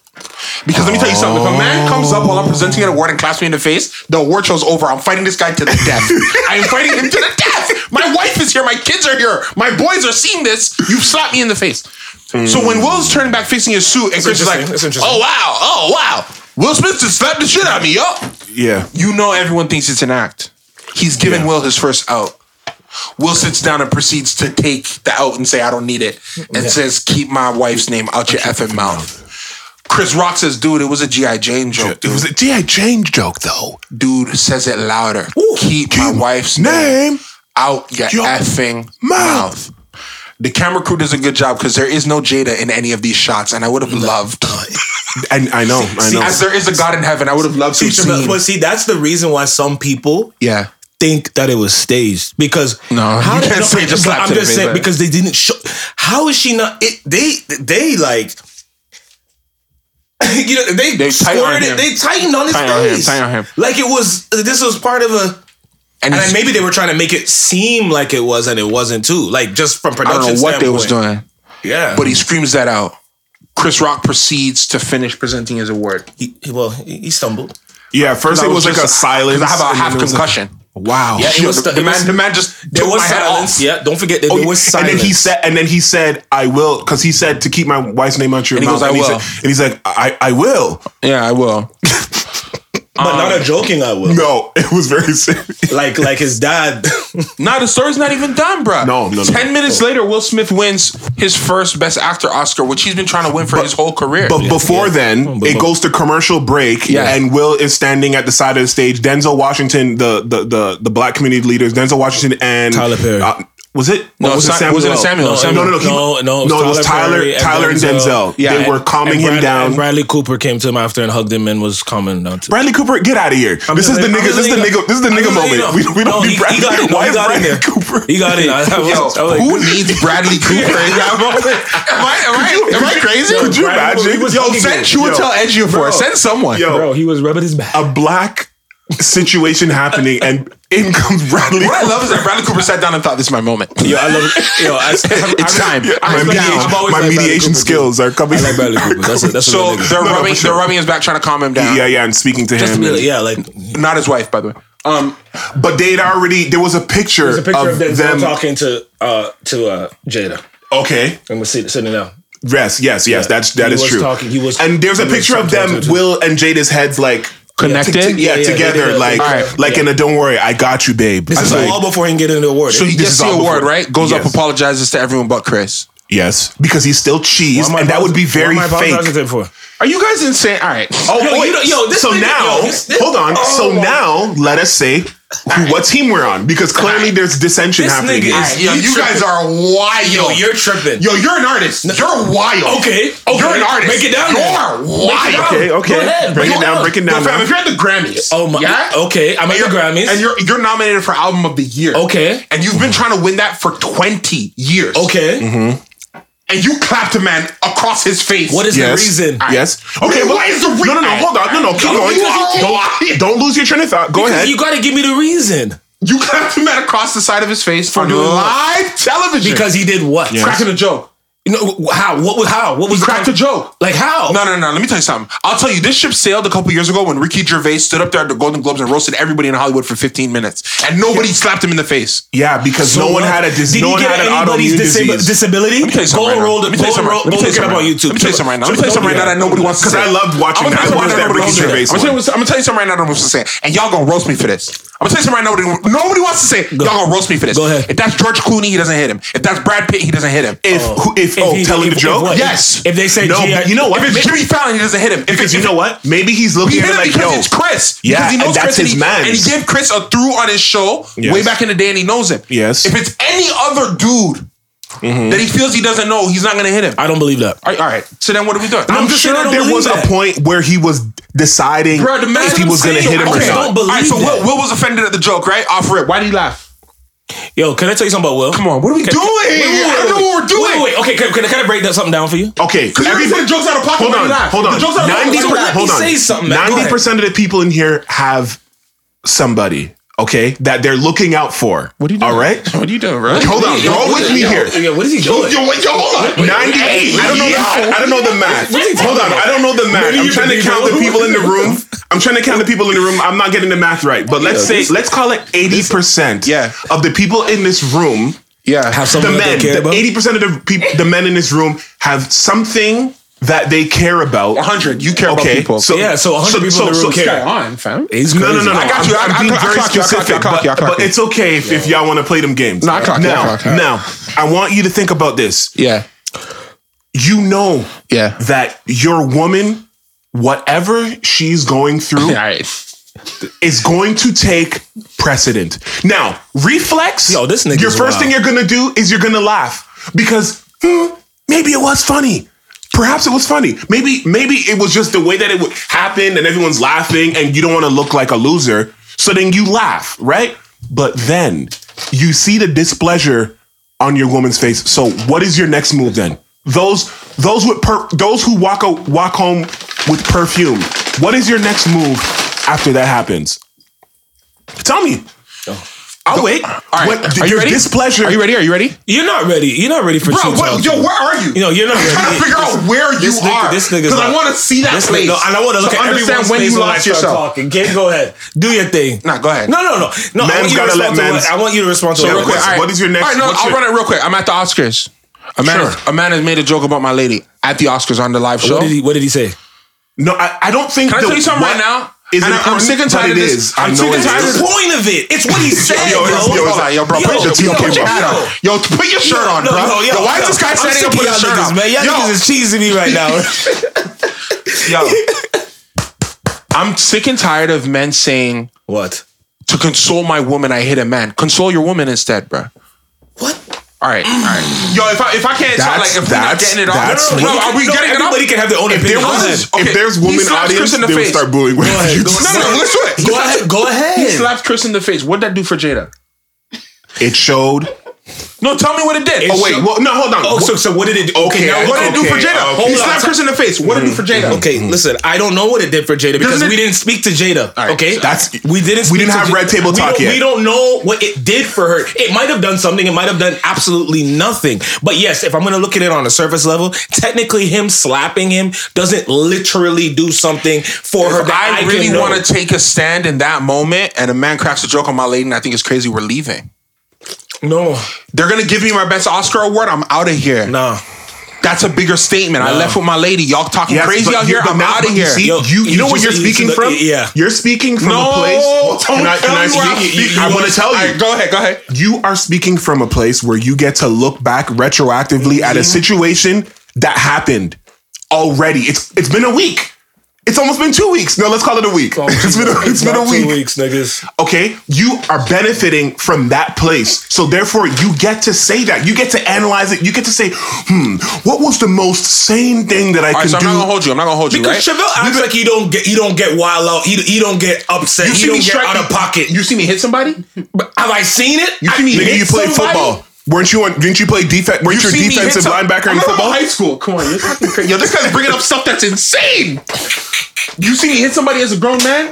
Speaker 4: Because let me tell you something. If a man comes up while I'm presenting an award and claps me in the face, the award show's over. I'm fighting this guy to the death. I am fighting him to the death. My wife is here. My kids are here. My boys are seeing this. You've slapped me in the face. So when Will's turning back facing his suit, and Chris is like,
Speaker 3: interesting. That's interesting.
Speaker 4: oh, wow. Oh, wow. Will Smith just slapped the shit out of me, yo.
Speaker 2: Yeah.
Speaker 4: You know everyone thinks it's an act. He's giving Will his first out. Will sits down and proceeds to take the out and say, I don't need it. And says, Keep my wife's name out your effing mouth. Chris Rock says, Dude, it was a G.I. Jane joke.
Speaker 2: It was a G.I. Jane joke, though.
Speaker 4: Dude says it louder. keep, my wife's name
Speaker 2: Name.
Speaker 4: out your,
Speaker 2: your
Speaker 4: effing mouth.
Speaker 2: mouth.
Speaker 4: The camera crew does a good job because there is no Jada in any of these shots, and I would have loved.
Speaker 2: And I know, I know.
Speaker 4: As there is a God in heaven, I would have loved to have
Speaker 3: Teacher, but,
Speaker 4: seen.
Speaker 3: but see, that's the reason why some people
Speaker 4: Yeah,
Speaker 3: think that it was staged because
Speaker 4: No, you can't say
Speaker 3: but-
Speaker 4: just
Speaker 3: but
Speaker 4: slapped
Speaker 3: I'm
Speaker 4: him in
Speaker 3: just
Speaker 4: the
Speaker 3: saying
Speaker 4: face.
Speaker 3: because they didn't show. How is she not? It, they they like. you know they,
Speaker 4: They tighten on
Speaker 3: squared
Speaker 4: him.
Speaker 3: it. They tightened on his
Speaker 4: Tighten on him,
Speaker 3: face.
Speaker 4: tighten on him.
Speaker 3: Like it was. This was part of a. And
Speaker 4: it's-
Speaker 3: then maybe they were trying to make it seem like it was, and it wasn't too. Like just from
Speaker 4: I
Speaker 3: production.
Speaker 4: don't know what they was
Speaker 3: standpoint.
Speaker 4: doing.
Speaker 3: Yeah,
Speaker 4: but he screams that out. Chris Rock proceeds to finish presenting his award.
Speaker 3: he, he- well, he he stumbled.
Speaker 2: Yeah, first it was like a silence.
Speaker 4: Because I have a
Speaker 2: and then
Speaker 4: half
Speaker 2: it was a-
Speaker 4: concussion.
Speaker 2: Wow.
Speaker 3: Yeah, it
Speaker 4: Yo,
Speaker 3: was
Speaker 4: the,
Speaker 3: the-
Speaker 4: the
Speaker 3: it
Speaker 4: man,
Speaker 3: was-
Speaker 4: the man just
Speaker 3: There
Speaker 4: took
Speaker 3: was
Speaker 4: my head
Speaker 3: silence.
Speaker 4: off.
Speaker 3: Yeah, don't forget that there was
Speaker 2: Oh, and
Speaker 3: silence.
Speaker 2: then he said, and then he said, "I will," because he said to keep my wife's name out your
Speaker 4: And he
Speaker 2: mouth.
Speaker 4: goes, "I
Speaker 2: and,
Speaker 4: will."
Speaker 2: Said, and he's like, "I, I will."
Speaker 4: Yeah, I will.
Speaker 3: but not a joking. I will.
Speaker 2: Um, No, it was very serious.
Speaker 3: Like like his dad.
Speaker 4: Nah, the story's not even done, bro.
Speaker 2: No, no, no.
Speaker 4: Ten minutes later, Will Smith wins his first Best Actor Oscar, which he's been trying to win for his whole career.
Speaker 2: But before then,
Speaker 3: but-
Speaker 2: it goes to commercial break,
Speaker 4: Yeah.
Speaker 2: and Will is standing at the side of the stage. Denzel Washington, the the the, the black community leaders, Denzel Washington and
Speaker 3: Tyler Perry.
Speaker 2: uh, was it? or
Speaker 4: No,
Speaker 2: was
Speaker 4: Sa- wasn't it Samuel?
Speaker 2: No,
Speaker 4: Samuel.
Speaker 2: no, no, he-
Speaker 3: no, no,
Speaker 2: no, it was Tyler,
Speaker 3: Perry
Speaker 2: Tyler, and Denzel.
Speaker 4: Yeah,
Speaker 2: they
Speaker 4: and-
Speaker 2: were calming him
Speaker 3: And Brad-
Speaker 2: down.
Speaker 3: and Bradley Cooper came to him after and hugged him and was calming down to.
Speaker 2: Bradley Cooper, get out of here! this is
Speaker 3: just
Speaker 2: the
Speaker 3: letting-
Speaker 2: nigga. This is
Speaker 3: I'm
Speaker 2: the
Speaker 3: just letting you
Speaker 2: nigga. This is the
Speaker 3: know.
Speaker 2: nigga
Speaker 3: I'm just letting you
Speaker 2: moment.
Speaker 3: know.
Speaker 2: We don't, we don't
Speaker 3: No,
Speaker 2: need
Speaker 3: he- he
Speaker 2: Bradley.
Speaker 3: got it.
Speaker 2: Why
Speaker 3: He
Speaker 2: is
Speaker 3: got it
Speaker 2: Bradley
Speaker 3: there.
Speaker 2: Cooper?
Speaker 3: He got it. I, I was,
Speaker 4: Yo,
Speaker 3: I was like,
Speaker 4: who needs Bradley Cooper in that moment? Am I, am I, am I crazy?
Speaker 2: Could you
Speaker 3: Bradley
Speaker 2: imagine?
Speaker 3: Cooper, he was
Speaker 2: Yo, send
Speaker 3: hugging him.
Speaker 2: Chiwetel
Speaker 4: Edgio for it. Send someone.
Speaker 2: Yo,
Speaker 3: bro, he was rubbing his back.
Speaker 2: a black situation happening, and in comes Bradley.
Speaker 4: What I
Speaker 2: Cooper.
Speaker 4: love is that Bradley Cooper sat down and thought, "This is my moment."
Speaker 3: Yo, I love it. Yo, I,
Speaker 4: It's time.
Speaker 3: I
Speaker 2: My
Speaker 3: respect-
Speaker 2: mediation,
Speaker 3: I've always
Speaker 2: my
Speaker 3: liked Bradley
Speaker 2: mediation
Speaker 3: Cooper,
Speaker 2: skills are coming.
Speaker 3: too. I like Bradley Cooper. That's a, that's a
Speaker 4: So
Speaker 3: good nigga.
Speaker 4: they're
Speaker 2: no,
Speaker 4: rubbing,
Speaker 2: for sure.
Speaker 4: they're rubbing his back, trying to calm him down.
Speaker 2: yeah, yeah, and speaking to
Speaker 3: Just
Speaker 2: him.
Speaker 3: be
Speaker 2: and-
Speaker 3: like, yeah, like
Speaker 4: Not his wife, by the way. Um,
Speaker 2: But they'd already there was a picture,
Speaker 3: there's a picture of,
Speaker 2: of,
Speaker 3: Denzel
Speaker 2: them.
Speaker 3: talking to uh to uh Jada,
Speaker 2: Okay,
Speaker 3: and we're sitting sitting down.
Speaker 2: Yes, yes, yes. That's that
Speaker 5: He
Speaker 2: is
Speaker 5: was
Speaker 2: true.
Speaker 5: talking- he was-
Speaker 2: and there's a
Speaker 5: he was
Speaker 2: picture of them,
Speaker 5: talking to-
Speaker 2: Will and Jada's heads like
Speaker 4: Connected?
Speaker 2: t- t- yeah,
Speaker 5: Yeah, yeah, they
Speaker 2: together,
Speaker 5: did a-
Speaker 2: like
Speaker 4: Alright.
Speaker 2: like in a "Don't worry, I got you, babe."
Speaker 3: This
Speaker 2: I
Speaker 3: is
Speaker 2: was like,
Speaker 3: all before he can get an award.
Speaker 4: So he
Speaker 2: This
Speaker 4: gets
Speaker 2: is
Speaker 4: the
Speaker 2: all
Speaker 4: award,
Speaker 2: before-
Speaker 4: right? Goes up,
Speaker 2: Yes.
Speaker 4: apologizes to everyone but Chris.
Speaker 2: yes, because he's still cheese,
Speaker 5: Why am I
Speaker 2: and that would be very
Speaker 5: why am I apologizing
Speaker 2: fake.
Speaker 5: to him for?
Speaker 4: Are you guys insane? All right.
Speaker 2: Oh,
Speaker 3: Yo,
Speaker 2: wait.
Speaker 3: you don't- yo, this
Speaker 2: so
Speaker 3: nigga-
Speaker 2: now,
Speaker 3: yo, this- this-
Speaker 2: hold on. so
Speaker 3: oh.
Speaker 2: now, let us say who, what team we're on because clearly there's dissension
Speaker 3: This
Speaker 2: happening.
Speaker 3: nigga
Speaker 2: here.
Speaker 3: is-
Speaker 4: Yo,
Speaker 3: You
Speaker 4: you guys
Speaker 3: tripping.
Speaker 4: are wild.
Speaker 3: Yo, you're tripping.
Speaker 4: Yo, you're an artist. You're wild.
Speaker 3: Okay, okay.
Speaker 4: You're an artist.
Speaker 3: Break it down
Speaker 4: You're
Speaker 3: then.
Speaker 4: wild.
Speaker 3: down.
Speaker 2: okay,
Speaker 3: Go
Speaker 2: okay.
Speaker 3: ahead,
Speaker 2: break
Speaker 3: bro.
Speaker 2: it down. Break it down.
Speaker 4: Yo, fam,
Speaker 2: now.
Speaker 4: if you're at the Grammys,
Speaker 3: Oh my.
Speaker 4: yeah?
Speaker 3: Okay, I'm at the
Speaker 4: you're-
Speaker 3: Grammys.
Speaker 4: and you're you're nominated for album of the year.
Speaker 3: Okay.
Speaker 4: and you've been trying to win that for twenty years.
Speaker 3: okay.
Speaker 2: Mm-hmm.
Speaker 4: and you clapped a man across his face.
Speaker 3: What is
Speaker 2: Yes.
Speaker 3: the reason?
Speaker 2: Yes. Okay, but
Speaker 4: What is the
Speaker 2: no,
Speaker 4: re-
Speaker 2: no, no. Hold on. No, no. Keep
Speaker 4: Yo,
Speaker 2: going.
Speaker 4: you are
Speaker 2: Don't, don't lose your train of thought. Go ahead.
Speaker 3: You gotta give me the reason.
Speaker 4: you clapped a man across the side of his face for on
Speaker 3: doing what?
Speaker 4: live television
Speaker 3: Because he did what?
Speaker 4: cracking a joke.
Speaker 3: No, how? What was how? What was
Speaker 4: He
Speaker 3: the Oh.
Speaker 4: cracked
Speaker 3: con-
Speaker 4: a joke.
Speaker 3: Like how?
Speaker 4: No, no, no. Let me tell you something. I'll tell you. This ship sailed a couple years ago when Ricky Gervais stood up there at the Golden Globes and roasted everybody in Hollywood for 15 minutes, and nobody slapped him in the face.
Speaker 2: Yeah, because
Speaker 3: So
Speaker 2: no one
Speaker 3: what?
Speaker 2: had a dis-
Speaker 3: Did
Speaker 2: no
Speaker 3: he
Speaker 2: one
Speaker 3: get
Speaker 2: had an
Speaker 3: anybody's
Speaker 2: autoimmune
Speaker 3: disab-
Speaker 2: disease.
Speaker 3: disability?
Speaker 4: Let me tell you something.
Speaker 3: Go
Speaker 4: right
Speaker 3: and
Speaker 4: now.
Speaker 3: roll the
Speaker 4: Let me
Speaker 3: go
Speaker 4: tell you
Speaker 3: and
Speaker 4: something.
Speaker 3: roll-
Speaker 4: right now. Let me
Speaker 3: go look
Speaker 4: tell you
Speaker 3: it up
Speaker 4: something
Speaker 3: on
Speaker 4: right now.
Speaker 3: YouTube.
Speaker 4: Let me tell you something right now. Let me tell you something right now that nobody wants to
Speaker 2: Because
Speaker 4: say.
Speaker 2: I loved watching
Speaker 4: I'm
Speaker 2: that. I
Speaker 4: gonna tell you
Speaker 2: watched
Speaker 4: something
Speaker 2: that
Speaker 4: right now
Speaker 2: Ricky
Speaker 4: nobody
Speaker 2: Gervais
Speaker 4: wants to say.
Speaker 2: one.
Speaker 4: I'm gonna tell you something right now nobody wants to say. And y'all gonna roast me for this. I'm gonna tell you something right now. nobody- Nobody wants to say. Y'all gonna roast me for this.
Speaker 3: Go ahead.
Speaker 4: If that's George Clooney, he doesn't hit him. If that's Brad Pitt, he doesn't hit him.
Speaker 2: If who, if,
Speaker 3: If
Speaker 2: oh
Speaker 3: he-
Speaker 2: telling
Speaker 3: if-
Speaker 2: the
Speaker 3: if
Speaker 2: joke,
Speaker 3: what?
Speaker 4: Yes.
Speaker 3: If they say,
Speaker 2: No,
Speaker 3: G, I-
Speaker 2: but you know what?
Speaker 4: If it's
Speaker 2: Maybe-
Speaker 4: Jimmy Fallon, he doesn't hit him. If
Speaker 2: Because
Speaker 4: it's,
Speaker 2: you know what? Maybe he's
Speaker 4: He
Speaker 2: looking at
Speaker 4: hit him
Speaker 2: it like
Speaker 4: because
Speaker 2: yo.
Speaker 4: it's Chris.
Speaker 2: Yeah,
Speaker 4: because he knows
Speaker 2: and that's
Speaker 4: Chris and
Speaker 2: his
Speaker 4: he,
Speaker 2: mans.
Speaker 4: And he gave Chris a through on his show
Speaker 2: Yes.
Speaker 4: way back in the day, and he knows him.
Speaker 2: Yes.
Speaker 4: If it's any other dude that he feels he doesn't know, he's not gonna hit him.
Speaker 3: I don't believe that.
Speaker 4: All right, all right. So then, what are we doing?
Speaker 2: I'm
Speaker 3: I'm just saying
Speaker 2: sure
Speaker 3: I don't
Speaker 2: there was
Speaker 3: believe
Speaker 2: a
Speaker 3: that.
Speaker 2: point where he was deciding
Speaker 4: Bro, the man-
Speaker 2: if he was going to hit him
Speaker 3: I
Speaker 2: or
Speaker 3: just
Speaker 2: not.
Speaker 3: don't believe
Speaker 4: All right, so
Speaker 3: that.
Speaker 4: Will, Will was offended at the joke, right? Off rip. Why did he laugh?
Speaker 3: Yo, can I tell you something about Will?
Speaker 4: Come on, what are we doing? I don't know what we're
Speaker 3: Wait,
Speaker 4: doing.
Speaker 3: wait, okay, can, can I kind of break that something down for you?
Speaker 2: Okay,
Speaker 4: Because everybody said the joke's out of pocket.
Speaker 2: hold
Speaker 4: why did
Speaker 2: on,
Speaker 4: he laugh?
Speaker 2: hold on.
Speaker 4: The joke's out of pocket.
Speaker 2: 90
Speaker 4: why did he laugh?
Speaker 3: Let
Speaker 2: hold
Speaker 3: me
Speaker 2: on.
Speaker 3: say something, man. Go
Speaker 2: Ninety percent of the people in here have somebody. Okay, that they're looking out for. What do you do? All right,
Speaker 4: What are you doing, bro?
Speaker 2: hold on. You're all with me here.
Speaker 3: Yeah, what is he doing?
Speaker 4: Yo, wait, yo, hold
Speaker 2: 98.
Speaker 4: on.
Speaker 2: I don't know. The, I don't know the math.
Speaker 3: What is he talking
Speaker 2: Hold on.
Speaker 3: about?
Speaker 2: I don't know the math.
Speaker 3: Maybe
Speaker 2: I'm
Speaker 3: you
Speaker 2: trying to
Speaker 3: can
Speaker 2: count the
Speaker 3: Google.
Speaker 2: people in the room. I'm trying to count the people in the room. I'm not getting the math right. But let's say let's call it 80 percent
Speaker 4: Yeah.
Speaker 2: of the people in this room.
Speaker 4: Yeah.
Speaker 3: Have
Speaker 2: The
Speaker 3: someone that
Speaker 2: men.
Speaker 3: they care about.
Speaker 2: Eighty percent of the people, the men in this room, have something that they care about.
Speaker 4: 100. You care about
Speaker 2: Okay.
Speaker 4: people.
Speaker 2: So
Speaker 3: Yeah, so 100 people in the room care.
Speaker 4: on, fam.
Speaker 3: He's
Speaker 2: No,
Speaker 3: crazy.
Speaker 2: no, no, no.
Speaker 4: I got you. I-
Speaker 2: I'm,
Speaker 4: I-
Speaker 2: being
Speaker 4: I clock
Speaker 2: very
Speaker 4: you, I clock you, I
Speaker 2: specific,
Speaker 4: clock you, I
Speaker 2: but,
Speaker 4: clock
Speaker 2: but
Speaker 4: you.
Speaker 2: it's okay if, if y'all want to play them games.
Speaker 4: No, I clock you, I
Speaker 2: now,
Speaker 4: clock you.
Speaker 2: now, I want you to think about this.
Speaker 4: Yeah.
Speaker 2: You know
Speaker 4: Yeah.
Speaker 2: that your woman, whatever she's going through,
Speaker 4: All right.
Speaker 2: is going to take precedent. Now, reflex.
Speaker 3: Yo, this nigga's
Speaker 2: Your first
Speaker 3: wild.
Speaker 2: thing you're gonna do is you're gonna laugh because hmm, maybe it was funny. Perhaps it was funny. Maybe maybe it was just the way that it would happen, and everyone's laughing, and you don't want to look like a loser. So then you laugh, right? But then you see the displeasure on your woman's face. So what is your next move then? Those those with per, those who walk a, walk home with perfume. What is your next move after that happens? Tell me. I'll wait. All
Speaker 4: Oh. right. Are you
Speaker 2: your
Speaker 4: ready?
Speaker 2: displeasure.
Speaker 4: Are you ready? Are you ready?
Speaker 3: You're not ready. You're not ready for
Speaker 4: Bro,
Speaker 3: true
Speaker 4: what,
Speaker 3: talk.
Speaker 4: yo, where are you?
Speaker 3: You know, you're not ready.
Speaker 4: trying to figure out where you
Speaker 3: this nigga-
Speaker 4: are.
Speaker 3: this nigga's
Speaker 4: Because I
Speaker 3: not-
Speaker 4: want to see that
Speaker 3: This
Speaker 4: place.
Speaker 3: nigga- no, and I want to look at
Speaker 4: understand
Speaker 3: everyone's
Speaker 4: when
Speaker 3: face
Speaker 4: you
Speaker 3: when I
Speaker 4: lost
Speaker 3: start
Speaker 4: yourself.
Speaker 3: Talking. Get, go ahead. Do your thing.
Speaker 4: Nah, go ahead.
Speaker 3: No, no, no. No, I
Speaker 2: Man's
Speaker 3: want you to
Speaker 2: gotta let
Speaker 3: respond to
Speaker 2: man's-
Speaker 3: what- I want you to respond to
Speaker 2: So
Speaker 3: what-
Speaker 2: real quick,
Speaker 3: All
Speaker 2: all right. What is your next-
Speaker 4: All right, no,
Speaker 2: what's
Speaker 4: I'll
Speaker 2: your-
Speaker 4: run it real quick. I'm at the Oscars. A man,
Speaker 2: Sure.
Speaker 4: has, a man has made a joke about my lady at the Oscars on the live show.
Speaker 3: What did he what did he say?
Speaker 2: No, I, I don't think.
Speaker 4: Can I
Speaker 2: the-
Speaker 4: tell you something
Speaker 2: what
Speaker 4: right now?
Speaker 2: Is
Speaker 4: And I- I'm
Speaker 2: important,
Speaker 4: sick and
Speaker 2: but
Speaker 4: tired of
Speaker 2: it
Speaker 4: this.
Speaker 2: is. I
Speaker 4: I'm
Speaker 2: know
Speaker 4: sick
Speaker 2: it
Speaker 4: and tired of
Speaker 2: is.
Speaker 3: That's the point of it. It's what he said.
Speaker 2: yo,
Speaker 3: bro.
Speaker 2: it's-
Speaker 4: Yo,
Speaker 2: yo, it's-
Speaker 4: yo, bro, put your- yo, put your hat on. Yo, put your shirt on, bro. Yo, why is this guy standing up with his shirt on?
Speaker 3: Man, y'all
Speaker 4: Yo.
Speaker 3: niggas is cheesing me right now.
Speaker 4: Yo. I'm sick and tired of men saying,
Speaker 3: what?
Speaker 4: to console my woman, I hit a man. Console your woman instead, bro.
Speaker 3: What?
Speaker 4: All right, all right. Yo, if I if I can't
Speaker 2: That's-
Speaker 4: talk, like if we're not
Speaker 2: that's-
Speaker 4: getting it off,
Speaker 2: that's
Speaker 4: no, no, no,
Speaker 2: what-
Speaker 4: are we
Speaker 3: No,
Speaker 4: getting it off?
Speaker 3: Everybody can have their own
Speaker 2: There
Speaker 3: opinion. Go ahead.
Speaker 2: was,
Speaker 4: Okay,
Speaker 2: if there's
Speaker 4: he
Speaker 2: women
Speaker 4: slaps
Speaker 2: audience,
Speaker 4: Chris in
Speaker 2: they
Speaker 4: the
Speaker 2: would
Speaker 4: face.
Speaker 2: start booing. Go
Speaker 3: ahead, go
Speaker 4: No, no, let's do it.
Speaker 3: Go ahead. Go
Speaker 4: He
Speaker 3: ahead.
Speaker 4: slapped Chris in the face. What'd that do for Jada?
Speaker 2: It showed.
Speaker 4: No, tell me what it did.
Speaker 2: Oh wait, well, no, hold on.
Speaker 3: Oh, so, so what did it do?
Speaker 2: Okay,
Speaker 3: now
Speaker 2: I-
Speaker 4: what did it do for
Speaker 2: okay,
Speaker 4: Jada?
Speaker 2: okay.
Speaker 4: He slapped Chris in the face. What did it
Speaker 3: Mm,
Speaker 4: do for Jada?
Speaker 3: Okay, listen. I don't know what it did for Jada because
Speaker 4: Doesn't it-
Speaker 3: we didn't speak to Jada.
Speaker 4: right,
Speaker 3: okay,
Speaker 2: that's-
Speaker 3: we didn't. Speak
Speaker 2: we didn't
Speaker 3: to
Speaker 2: have
Speaker 3: Jada.
Speaker 2: Red Table
Speaker 3: We
Speaker 2: Talk
Speaker 3: don't-
Speaker 2: yet.
Speaker 3: We don't know what it did for her. It might have done something. It might have done absolutely nothing. But yes, if I'm going to look at it on a surface level, technically, him slapping him doesn't literally do something for her. That
Speaker 4: I
Speaker 3: I,
Speaker 4: really
Speaker 3: want
Speaker 4: want to take a stand in that moment, and a man cracks a joke on my lady, and I think it's crazy. We're
Speaker 3: to.
Speaker 4: leaving.
Speaker 3: No,
Speaker 4: They're gonna give me my best Oscar award. I'm out of here.
Speaker 3: nah.
Speaker 4: That's a bigger statement. I left with my lady. Y'all talking
Speaker 2: Yes,
Speaker 4: crazy
Speaker 2: but
Speaker 4: out
Speaker 2: you-
Speaker 4: here.
Speaker 2: but
Speaker 4: I'm
Speaker 2: now-
Speaker 4: out of
Speaker 2: but
Speaker 4: here.
Speaker 2: You, see,
Speaker 3: Yo,
Speaker 2: you, you
Speaker 3: you
Speaker 2: know what
Speaker 3: just-
Speaker 2: you're
Speaker 3: you
Speaker 2: speaking
Speaker 3: just-
Speaker 2: from?
Speaker 3: yeah.
Speaker 2: You're speaking from
Speaker 4: No,
Speaker 2: a place.
Speaker 4: don't
Speaker 2: Can I, can
Speaker 4: tell
Speaker 2: I
Speaker 4: me where I'm
Speaker 2: speak?
Speaker 4: speaking.
Speaker 2: I want to tell
Speaker 4: All
Speaker 2: you.
Speaker 4: right, go ahead. Go ahead.
Speaker 2: you are speaking from a place where you get to look back retroactively at a situation that happened already. It's it's been a week. It's almost been two weeks. No, let's call it a week. it's been a, it's been a
Speaker 3: Two
Speaker 2: week.
Speaker 3: weeks, niggas.
Speaker 2: Okay, you are benefiting from that place, so therefore you get to say that. You get to analyze it. You get to say, "Hmm, what was the most sane thing that I
Speaker 4: All right,
Speaker 2: could
Speaker 4: so I'm
Speaker 2: do?"
Speaker 4: not gonna hold you. I'm not gonna hold you.
Speaker 3: Because
Speaker 4: Right?
Speaker 3: Chevelle acts like you don't get you don't get wild out. You, you don't get upset. You, don't get out of pocket.
Speaker 4: You see me hit somebody?
Speaker 3: But have I seen it?
Speaker 4: You see me
Speaker 2: Nigga,
Speaker 4: hit
Speaker 2: you played
Speaker 4: somebody?
Speaker 2: football. Weren't you on? Didn't you play defense? Weren't you a
Speaker 4: see me hit
Speaker 2: defensive
Speaker 4: some-
Speaker 2: linebacker in
Speaker 4: I'm not
Speaker 2: football?
Speaker 4: High school. Come on, you're fucking crazy. Yo, this guy's bringing up stuff that's insane. You see me hit somebody as a grown man?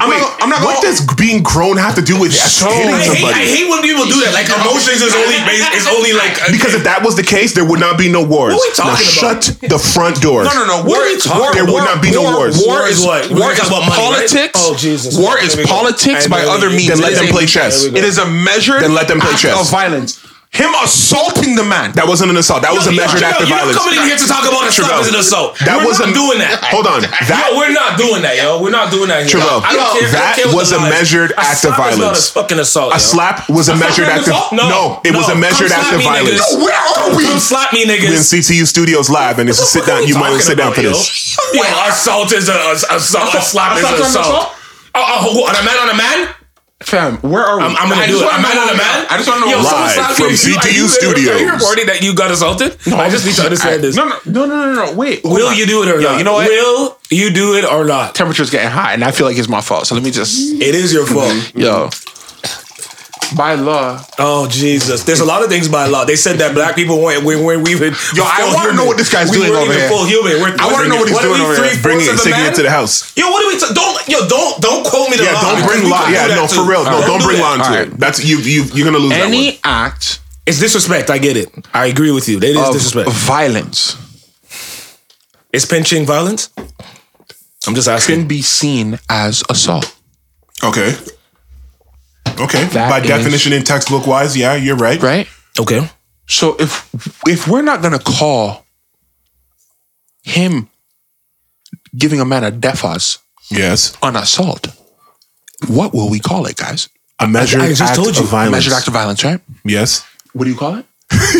Speaker 4: I'm
Speaker 2: Wait,
Speaker 4: not. I'm not.
Speaker 2: what
Speaker 4: gonna-
Speaker 2: does being grown have to do with hitting
Speaker 3: I hate,
Speaker 2: somebody?
Speaker 3: I hate when people do that. Like emotions is only based, is only like
Speaker 2: because if that was the case, there would not be no wars.
Speaker 3: What are we
Speaker 2: Now
Speaker 3: talking about?
Speaker 2: shut the front door.
Speaker 4: No, no, no.
Speaker 3: are
Speaker 4: War,
Speaker 3: you talking
Speaker 4: war,
Speaker 2: There would
Speaker 4: war-
Speaker 2: not be no
Speaker 4: war-
Speaker 2: wars.
Speaker 4: War is
Speaker 3: War is what?
Speaker 4: what?
Speaker 3: We're
Speaker 4: War
Speaker 3: talking
Speaker 4: is
Speaker 3: about money, right?
Speaker 4: politics.
Speaker 3: Oh, Jesus.
Speaker 4: War
Speaker 3: There
Speaker 4: is
Speaker 3: we go.
Speaker 4: politics
Speaker 3: And
Speaker 4: by
Speaker 3: there we
Speaker 4: other
Speaker 3: go.
Speaker 4: means.
Speaker 2: Then let
Speaker 4: It is
Speaker 2: them
Speaker 4: a-
Speaker 2: play chess.
Speaker 4: It is a measured.
Speaker 2: Then let them play
Speaker 4: act
Speaker 2: chess.
Speaker 4: Of violence. Him assaulting the man.
Speaker 2: That wasn't an assault. That was a measured
Speaker 3: Yo,
Speaker 2: act of
Speaker 3: you're
Speaker 2: violence.
Speaker 3: not coming in here to talk about assault
Speaker 2: Travell,
Speaker 3: as an assault.
Speaker 2: that
Speaker 3: we're
Speaker 2: was
Speaker 3: not
Speaker 2: a-
Speaker 3: doing that.
Speaker 2: Hold on. That-
Speaker 3: yo, we're not doing that, yo. We're not doing that here.
Speaker 2: Travell,
Speaker 3: I don't care, I don't
Speaker 2: that
Speaker 3: care what
Speaker 2: was
Speaker 3: the
Speaker 2: a
Speaker 3: lies.
Speaker 2: measured act of
Speaker 3: slap is
Speaker 2: violence.
Speaker 3: Not a fucking assault.
Speaker 2: A slap was a measured act of
Speaker 3: No,
Speaker 2: no. It was
Speaker 3: no.
Speaker 2: a measured
Speaker 3: Come
Speaker 2: act
Speaker 3: slap
Speaker 2: of
Speaker 3: me,
Speaker 2: violence.
Speaker 3: niggas.
Speaker 4: Where are we?
Speaker 3: Come slap me,
Speaker 2: We're in
Speaker 3: niggas.
Speaker 2: CTU Studios live, and it's a sit
Speaker 3: What the fuck are
Speaker 2: down.
Speaker 3: we
Speaker 2: You might want to
Speaker 3: talking
Speaker 2: sit down
Speaker 3: about,
Speaker 2: for
Speaker 3: yo?
Speaker 2: this.
Speaker 3: Yo, assault is a, a, assault. A slap is an
Speaker 4: Assault is an
Speaker 3: assault.
Speaker 4: assault?
Speaker 3: Oh, oh, who- on a man on a man?
Speaker 4: Fam, where are we?
Speaker 3: I'm, I'm gonna
Speaker 4: I
Speaker 3: do
Speaker 4: just
Speaker 3: it.
Speaker 4: wanna
Speaker 3: I'm not
Speaker 4: know
Speaker 3: on a
Speaker 4: where we
Speaker 3: man.
Speaker 4: are. I just want to know.
Speaker 3: Yo,
Speaker 4: where
Speaker 3: someone
Speaker 4: we
Speaker 2: Live
Speaker 4: are.
Speaker 3: slapped
Speaker 2: from
Speaker 3: you. You- are
Speaker 2: CTU
Speaker 3: you- Are
Speaker 2: Studios.
Speaker 3: you reporting that you got assaulted? I just need to understand this.
Speaker 4: No, no, no, no, no, no. Wait. hold
Speaker 3: Will
Speaker 4: on.
Speaker 3: you do it or
Speaker 4: Yo,
Speaker 3: not?
Speaker 4: You know what?
Speaker 3: Will you do it or not?
Speaker 4: Temperature's getting hot, and I feel like it's my fault. So let me just,
Speaker 3: It is your fault.
Speaker 4: yo. By law,
Speaker 3: Oh Jesus! There's a lot of things by law. They said that black people weren't we weren't even. Yo,
Speaker 4: I wanna know what this guy's
Speaker 3: we
Speaker 4: doing
Speaker 3: weren't
Speaker 4: over
Speaker 3: even
Speaker 4: here.
Speaker 3: Full human. We're
Speaker 4: I wanna know what he's
Speaker 3: are
Speaker 4: doing
Speaker 3: we,
Speaker 4: over here.
Speaker 3: three-fourths
Speaker 2: Bringing
Speaker 3: of
Speaker 2: it,
Speaker 3: the
Speaker 2: taking
Speaker 3: man?
Speaker 2: it to the house.
Speaker 3: Yo, what are we? T- don't yo, don't don't quote me the
Speaker 2: Yeah,
Speaker 3: law.
Speaker 2: don't
Speaker 3: because
Speaker 2: bring
Speaker 3: we
Speaker 2: law.
Speaker 3: can do
Speaker 2: Yeah,
Speaker 3: that
Speaker 2: no,
Speaker 3: too.
Speaker 2: for real. No,
Speaker 3: Alright,
Speaker 2: don't
Speaker 3: do
Speaker 2: bring
Speaker 3: that.
Speaker 2: law into
Speaker 4: Alright.
Speaker 2: it. That's you. You you're gonna lose that one.
Speaker 4: any act
Speaker 3: It's disrespect. I get it. I agree with you. It is
Speaker 4: of
Speaker 3: disrespect.
Speaker 4: violence
Speaker 3: It's pinching violence. I'm just asking.
Speaker 4: can be seen as assault.
Speaker 2: Okay. Okay.
Speaker 4: That
Speaker 2: By
Speaker 4: is-
Speaker 2: definition, in textbook wise, yeah, you're right.
Speaker 4: Right?
Speaker 3: Okay.
Speaker 4: So if if we're not gonna call him giving a man a defas
Speaker 2: Yes.
Speaker 4: an assault, what will we call it, guys?
Speaker 2: A measured
Speaker 3: I just
Speaker 2: act
Speaker 3: told you.
Speaker 2: of violence.
Speaker 4: Measured act of violence, right?
Speaker 2: Yes.
Speaker 4: What do you call it?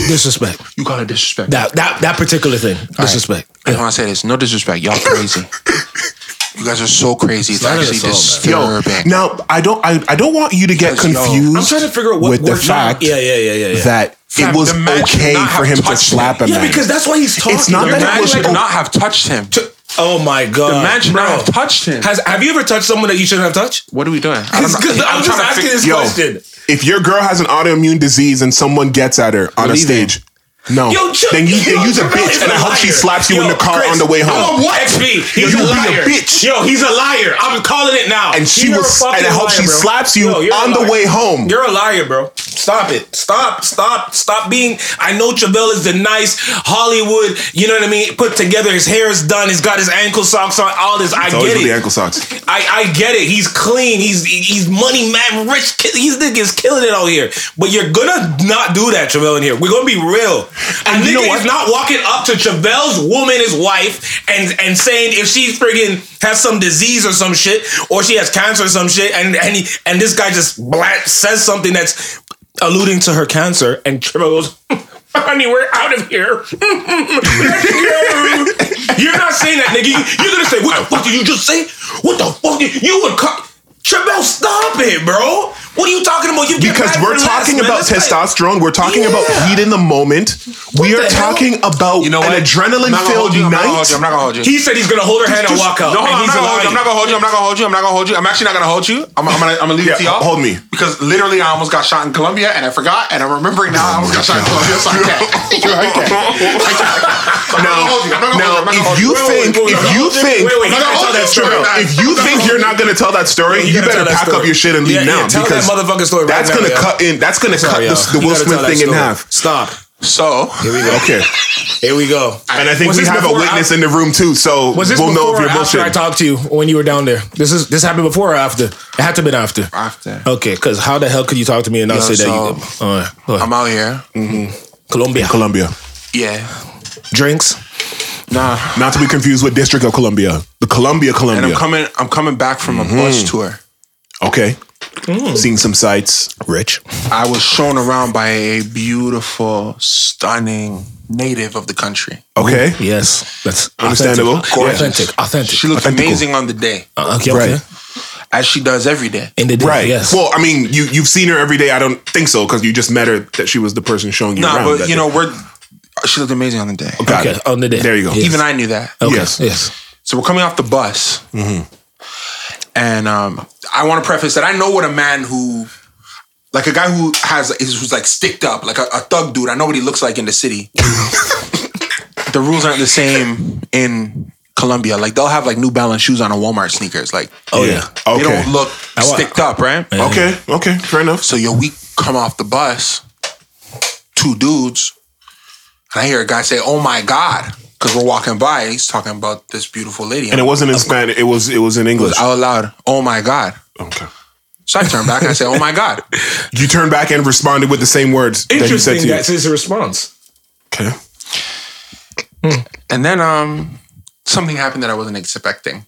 Speaker 3: Disrespect.
Speaker 4: You call it disrespect.
Speaker 3: That that that particular thing. Disrespect.
Speaker 4: I just want to say this. No disrespect. Y'all crazy. you guys are so crazy. It's,
Speaker 3: not an
Speaker 4: actually
Speaker 3: assault,
Speaker 2: Yo,
Speaker 4: disturbing.
Speaker 2: now I don't I, I don't want you to get
Speaker 4: Because, yo, I'm
Speaker 2: confused.
Speaker 3: I'm trying to figure out what
Speaker 2: with the
Speaker 3: we're trying-
Speaker 2: fact
Speaker 3: Yeah, yeah, yeah, yeah, yeah.
Speaker 2: that
Speaker 4: Fam,
Speaker 2: it was
Speaker 4: the man should
Speaker 2: okay
Speaker 4: not
Speaker 2: for
Speaker 4: have
Speaker 2: him to
Speaker 4: touched
Speaker 2: slap
Speaker 4: me.
Speaker 2: a man.
Speaker 3: yeah, because that's why he's talking.
Speaker 2: not
Speaker 3: The
Speaker 2: that it
Speaker 3: man
Speaker 4: Man
Speaker 2: was-
Speaker 3: should
Speaker 4: should
Speaker 2: oh.
Speaker 4: not have touched him.
Speaker 3: Oh my god!
Speaker 4: The man should not
Speaker 3: Bro.
Speaker 4: have touched him.
Speaker 3: Has have you ever touched someone that you shouldn't have touched?
Speaker 4: what are we doing? I don't
Speaker 3: Because
Speaker 4: know.
Speaker 3: I'm, just
Speaker 4: trying to
Speaker 3: asking
Speaker 4: fig-
Speaker 3: this
Speaker 2: Yo,
Speaker 3: question.
Speaker 2: if your girl has an autoimmune disease and someone gets at her on a
Speaker 4: Leave him.
Speaker 2: stage, no,
Speaker 3: Yo, Ch-
Speaker 2: then you
Speaker 3: yo,
Speaker 2: then you's a
Speaker 3: Jamel is
Speaker 2: bitch, and I hope she
Speaker 3: liar.
Speaker 2: slaps you
Speaker 3: Yo,
Speaker 2: in the car
Speaker 3: Chris,
Speaker 2: on the way home.
Speaker 3: Yo, what? XP, he's
Speaker 2: You
Speaker 3: a
Speaker 2: be a
Speaker 3: liar.
Speaker 2: bitch.
Speaker 3: Yo, he's a liar. I'm calling it now.
Speaker 2: And she
Speaker 3: You're a
Speaker 2: was,
Speaker 3: fucking
Speaker 2: and I hope
Speaker 3: liar,
Speaker 2: she
Speaker 3: bro.
Speaker 2: slaps you
Speaker 3: Yo, you're a
Speaker 2: on the
Speaker 3: liar.
Speaker 2: way home.
Speaker 3: You're a liar, bro. Stop it. Stop, stop, stop being. I know Travell is the nice Hollywood, you know what I mean? Put together, his hair is done, he's got his ankle socks on, all this. I
Speaker 2: It's always
Speaker 3: get
Speaker 2: with
Speaker 3: it.
Speaker 2: the ankle socks.
Speaker 3: I, I get it. He's clean. He's he's money man, rich. Kid. He's niggas killing it out here. But you're gonna not do that, Travell. In here, we're gonna be real. And a
Speaker 2: you know
Speaker 3: nigga
Speaker 2: what?
Speaker 3: is not walking up to Travell's woman, his wife, and and saying if she friggin' has some disease or some shit, or she has cancer or some shit, and and he, and this guy just blat says something that's alluding to her cancer, and Travell goes. Honey, we're out of here. You're not saying that, nigga. You, are gonna say, "What the fuck did you just say? What the fuck did you would cut?" Travell, stop it, bro. What are you talking about? You get
Speaker 2: Because
Speaker 3: mad
Speaker 2: we're
Speaker 3: for
Speaker 2: talking
Speaker 3: less,
Speaker 2: about
Speaker 3: man. That's like-
Speaker 2: testosterone. We're talking
Speaker 3: Yeah.
Speaker 2: about heat in the moment. we
Speaker 3: What
Speaker 2: are
Speaker 3: the hell?
Speaker 2: talking about
Speaker 4: You know what?
Speaker 2: an adrenaline
Speaker 4: I'm not gonna
Speaker 2: filled
Speaker 4: hold you, I'm not gonna hold
Speaker 2: night.
Speaker 4: you, I'm not gonna hold you.
Speaker 3: He said he's gonna hold her hand and walk out.
Speaker 4: No,
Speaker 3: and
Speaker 4: hold on, I'm
Speaker 3: he's
Speaker 4: not, gonna hold you,
Speaker 3: lying.
Speaker 4: I'm not gonna hold you. I'm not gonna hold you. I'm not gonna hold you. I'm actually not gonna hold you. I'm, I'm gonna I'm gonna leave
Speaker 2: Yeah,
Speaker 4: it to y'all.
Speaker 2: hold me.
Speaker 4: because literally I almost got shot in Colombia and I forgot and I'm remembering now I almost got shot in Colombia. So I can't. I can't. I can't. I'm not gonna hold you. I'm not gonna
Speaker 2: Now,
Speaker 4: hold you. I'm not gonna hold
Speaker 2: if you
Speaker 4: Wait, wait,
Speaker 2: think,
Speaker 3: wait, wait,
Speaker 2: if you
Speaker 3: wait,
Speaker 2: think,
Speaker 3: wait, wait,
Speaker 4: you gotta tell that story.
Speaker 2: if you think you're not gonna tell that story, you
Speaker 3: gotta
Speaker 2: better
Speaker 3: tell that
Speaker 2: pack
Speaker 3: story.
Speaker 2: up your shit and leave
Speaker 3: Yeah,
Speaker 2: now
Speaker 3: yeah, tell that
Speaker 2: because
Speaker 3: motherfucking story right
Speaker 2: that's
Speaker 3: now,
Speaker 2: gonna
Speaker 3: yeah.
Speaker 2: cut in. That's gonna
Speaker 3: Sorry,
Speaker 2: cut the,
Speaker 3: yo.
Speaker 2: the
Speaker 3: You
Speaker 2: Will
Speaker 3: gotta
Speaker 2: Smith
Speaker 3: tell that
Speaker 2: thing in
Speaker 3: story.
Speaker 2: half.
Speaker 3: Stop.
Speaker 4: wait. so
Speaker 2: Okay,
Speaker 3: Here we go.
Speaker 2: and I think
Speaker 3: Was
Speaker 2: we
Speaker 3: this
Speaker 2: have a
Speaker 3: before
Speaker 2: witness
Speaker 3: I-
Speaker 2: in the room too, so
Speaker 3: Was this
Speaker 2: we'll know
Speaker 3: before
Speaker 2: if
Speaker 3: or
Speaker 2: you're
Speaker 3: after I
Speaker 2: bullshit.
Speaker 3: talked to you when you were down there? This is this happened before or after? It had to have been after.
Speaker 4: After.
Speaker 3: Okay, because how the hell could you talk to me and not
Speaker 4: Yo,
Speaker 3: say that?
Speaker 4: so-
Speaker 3: You, all right, go ahead.
Speaker 4: I'm out here.
Speaker 3: Colombia.
Speaker 2: Colombia.
Speaker 4: Yeah.
Speaker 3: drinks.
Speaker 4: Nah.
Speaker 2: Not to be confused with District of Columbia, the Columbia, Columbia.
Speaker 4: And I'm coming I'm coming back from
Speaker 2: Mm-hmm.
Speaker 4: a bus tour.
Speaker 2: okay, seeing some sights. Rich.
Speaker 4: I was shown around by a beautiful, stunning native of the country.
Speaker 2: Okay,
Speaker 3: Yes, that's
Speaker 2: Understandable.
Speaker 3: Authentic,
Speaker 2: Gorgeous.
Speaker 3: authentic. authentic.
Speaker 4: She looked
Speaker 2: Authentical.
Speaker 4: amazing on the day,
Speaker 3: Uh, okay,
Speaker 2: Right.
Speaker 3: okay.
Speaker 4: as she does every day.
Speaker 3: In the day,
Speaker 2: right.
Speaker 3: Yes.
Speaker 2: Well, I mean, you you've seen her every day. I don't think so because you just met her that she was the person showing you
Speaker 4: Nah,
Speaker 2: around.
Speaker 4: but
Speaker 2: that
Speaker 4: you
Speaker 2: day.
Speaker 4: know, we're she looked amazing on the day.
Speaker 2: Got
Speaker 3: okay.
Speaker 2: it.
Speaker 3: On the day.
Speaker 2: There you go.
Speaker 3: Yes.
Speaker 4: Even I knew that.
Speaker 3: Okay,
Speaker 2: Yes.
Speaker 3: Yes.
Speaker 4: So we're coming off the bus,
Speaker 3: Mm-hmm.
Speaker 4: and um, I want to preface that I know what a man who, like a guy who has is who's like sticked up, like a, a thug dude. I know what he looks like in the city. the rules aren't the same in Colombia. Like they'll have like New Balance shoes on and Walmart sneakers. Like
Speaker 3: Oh yeah.
Speaker 2: Okay.
Speaker 4: they don't look
Speaker 3: wa-
Speaker 4: sticked up, right?
Speaker 2: Okay. Okay. Fair enough.
Speaker 4: So yo, we come off the bus, two dudes, and I hear a guy say, "Oh my god." Because we're walking by, he's talking about this beautiful lady.
Speaker 2: And it wasn't in Spanish. It was it was in English.
Speaker 4: out loud, oh my God.
Speaker 2: Okay.
Speaker 4: So I turned back and I said, oh my God.
Speaker 2: You turned back and responded with the same words that he said
Speaker 3: Interesting.
Speaker 2: to you.
Speaker 3: That's his response.
Speaker 2: Okay.
Speaker 4: And then um, something happened that I wasn't expecting.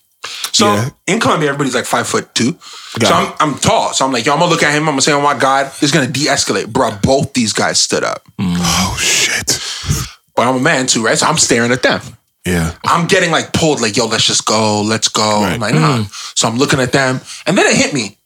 Speaker 4: So
Speaker 2: Yeah.
Speaker 4: in Colombia, everybody's like five foot two.
Speaker 2: Got
Speaker 4: so
Speaker 2: it.
Speaker 4: I'm, I'm tall. So I'm like, yo, I'm going to look at him. I'm going to say, oh my God. It's going to de escalate. Bruh, both these guys stood up.
Speaker 2: Oh shit.
Speaker 4: But I'm a man too, right? So I'm staring at them.
Speaker 2: Yeah.
Speaker 4: I'm getting like pulled, like, yo, let's just go. Let's go. I'm
Speaker 2: Right. Mm.
Speaker 4: like, nah. So I'm looking at them. And then it hit me.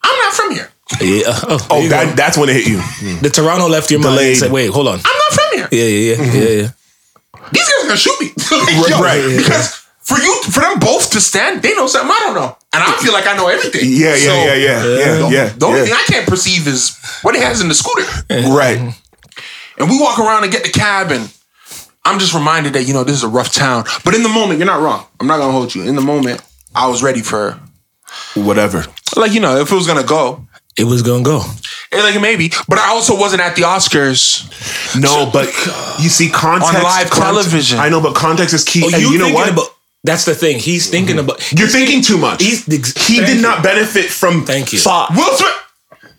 Speaker 4: I'm not from here.
Speaker 3: Yeah. Oh,
Speaker 2: Oh, that, that's when it hit you.
Speaker 3: the Toronto left your mind
Speaker 2: Delayed.
Speaker 3: and said, "Wait, hold on."
Speaker 4: I'm not from here.
Speaker 3: Yeah, yeah,
Speaker 4: Mm-hmm.
Speaker 3: yeah, yeah, yeah.
Speaker 4: these guys are gonna shoot me. Like, yo,
Speaker 2: Right, right.
Speaker 4: Because for you, for them both to stand, they know something I don't know, and I feel like I know everything.
Speaker 2: Yeah, yeah,
Speaker 4: So,
Speaker 2: yeah, yeah, yeah, yeah.
Speaker 4: The only
Speaker 2: yeah.
Speaker 4: thing I can't perceive is what he has in the scooter.
Speaker 2: right.
Speaker 4: And we walk around and get the cab, and I'm just reminded that you know this is a rough town. But in the moment, you're not wrong. I'm not gonna hold you. In the moment, I was ready for
Speaker 2: Whatever.
Speaker 4: like you know if it was gonna go.
Speaker 3: It was gonna go.
Speaker 4: eh, Like maybe, but I also wasn't at the Oscars.
Speaker 2: No, but you see context
Speaker 4: On live
Speaker 2: cont-
Speaker 4: television.
Speaker 2: I know, but context is key. and you know
Speaker 3: thinking
Speaker 2: what?
Speaker 3: About, that's the thing. He's thinking about.
Speaker 2: You're thinking too much.
Speaker 3: He's ex-
Speaker 2: he
Speaker 3: thank
Speaker 2: did
Speaker 3: you.
Speaker 2: not benefit from
Speaker 3: Thank you.
Speaker 2: thought.
Speaker 4: Will Smith,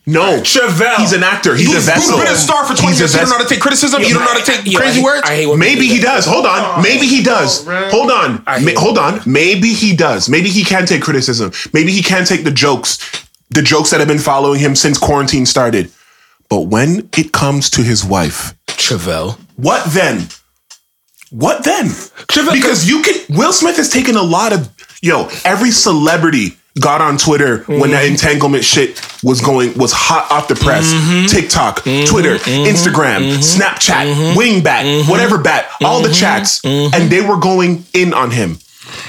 Speaker 2: No,
Speaker 3: Chevelle.
Speaker 2: He's an actor. He's a
Speaker 4: who's, who's
Speaker 2: vessel.
Speaker 4: been a star for
Speaker 2: He's
Speaker 4: 20
Speaker 2: a
Speaker 4: years. You don't know
Speaker 2: vessel.
Speaker 4: how to take criticism. you don't know how to take
Speaker 3: Yo, I
Speaker 4: crazy
Speaker 3: hate-
Speaker 4: words.
Speaker 3: I hate when
Speaker 2: Maybe
Speaker 3: people
Speaker 2: he
Speaker 3: do that.
Speaker 2: does. Hold
Speaker 3: Oh,
Speaker 2: on. Maybe he does. Hold on. Ma- hold on. Maybe he does. Maybe he can take criticism. Maybe he can take the jokes, the jokes that have been following him since quarantine started. But when it comes to his wife,
Speaker 3: Chevelle.
Speaker 2: what then? What then? Because you can. Will Smith has taken a lot of. Yo, every celebrity got on Twitter when
Speaker 4: Mm-hmm.
Speaker 2: that entanglement shit was going was hot off the press.
Speaker 4: Mm-hmm.
Speaker 2: TikTok, Twitter, Instagram, Snapchat,
Speaker 4: Mm-hmm.
Speaker 2: Wingbat, whatever bat, all the chats, and they were going in on him,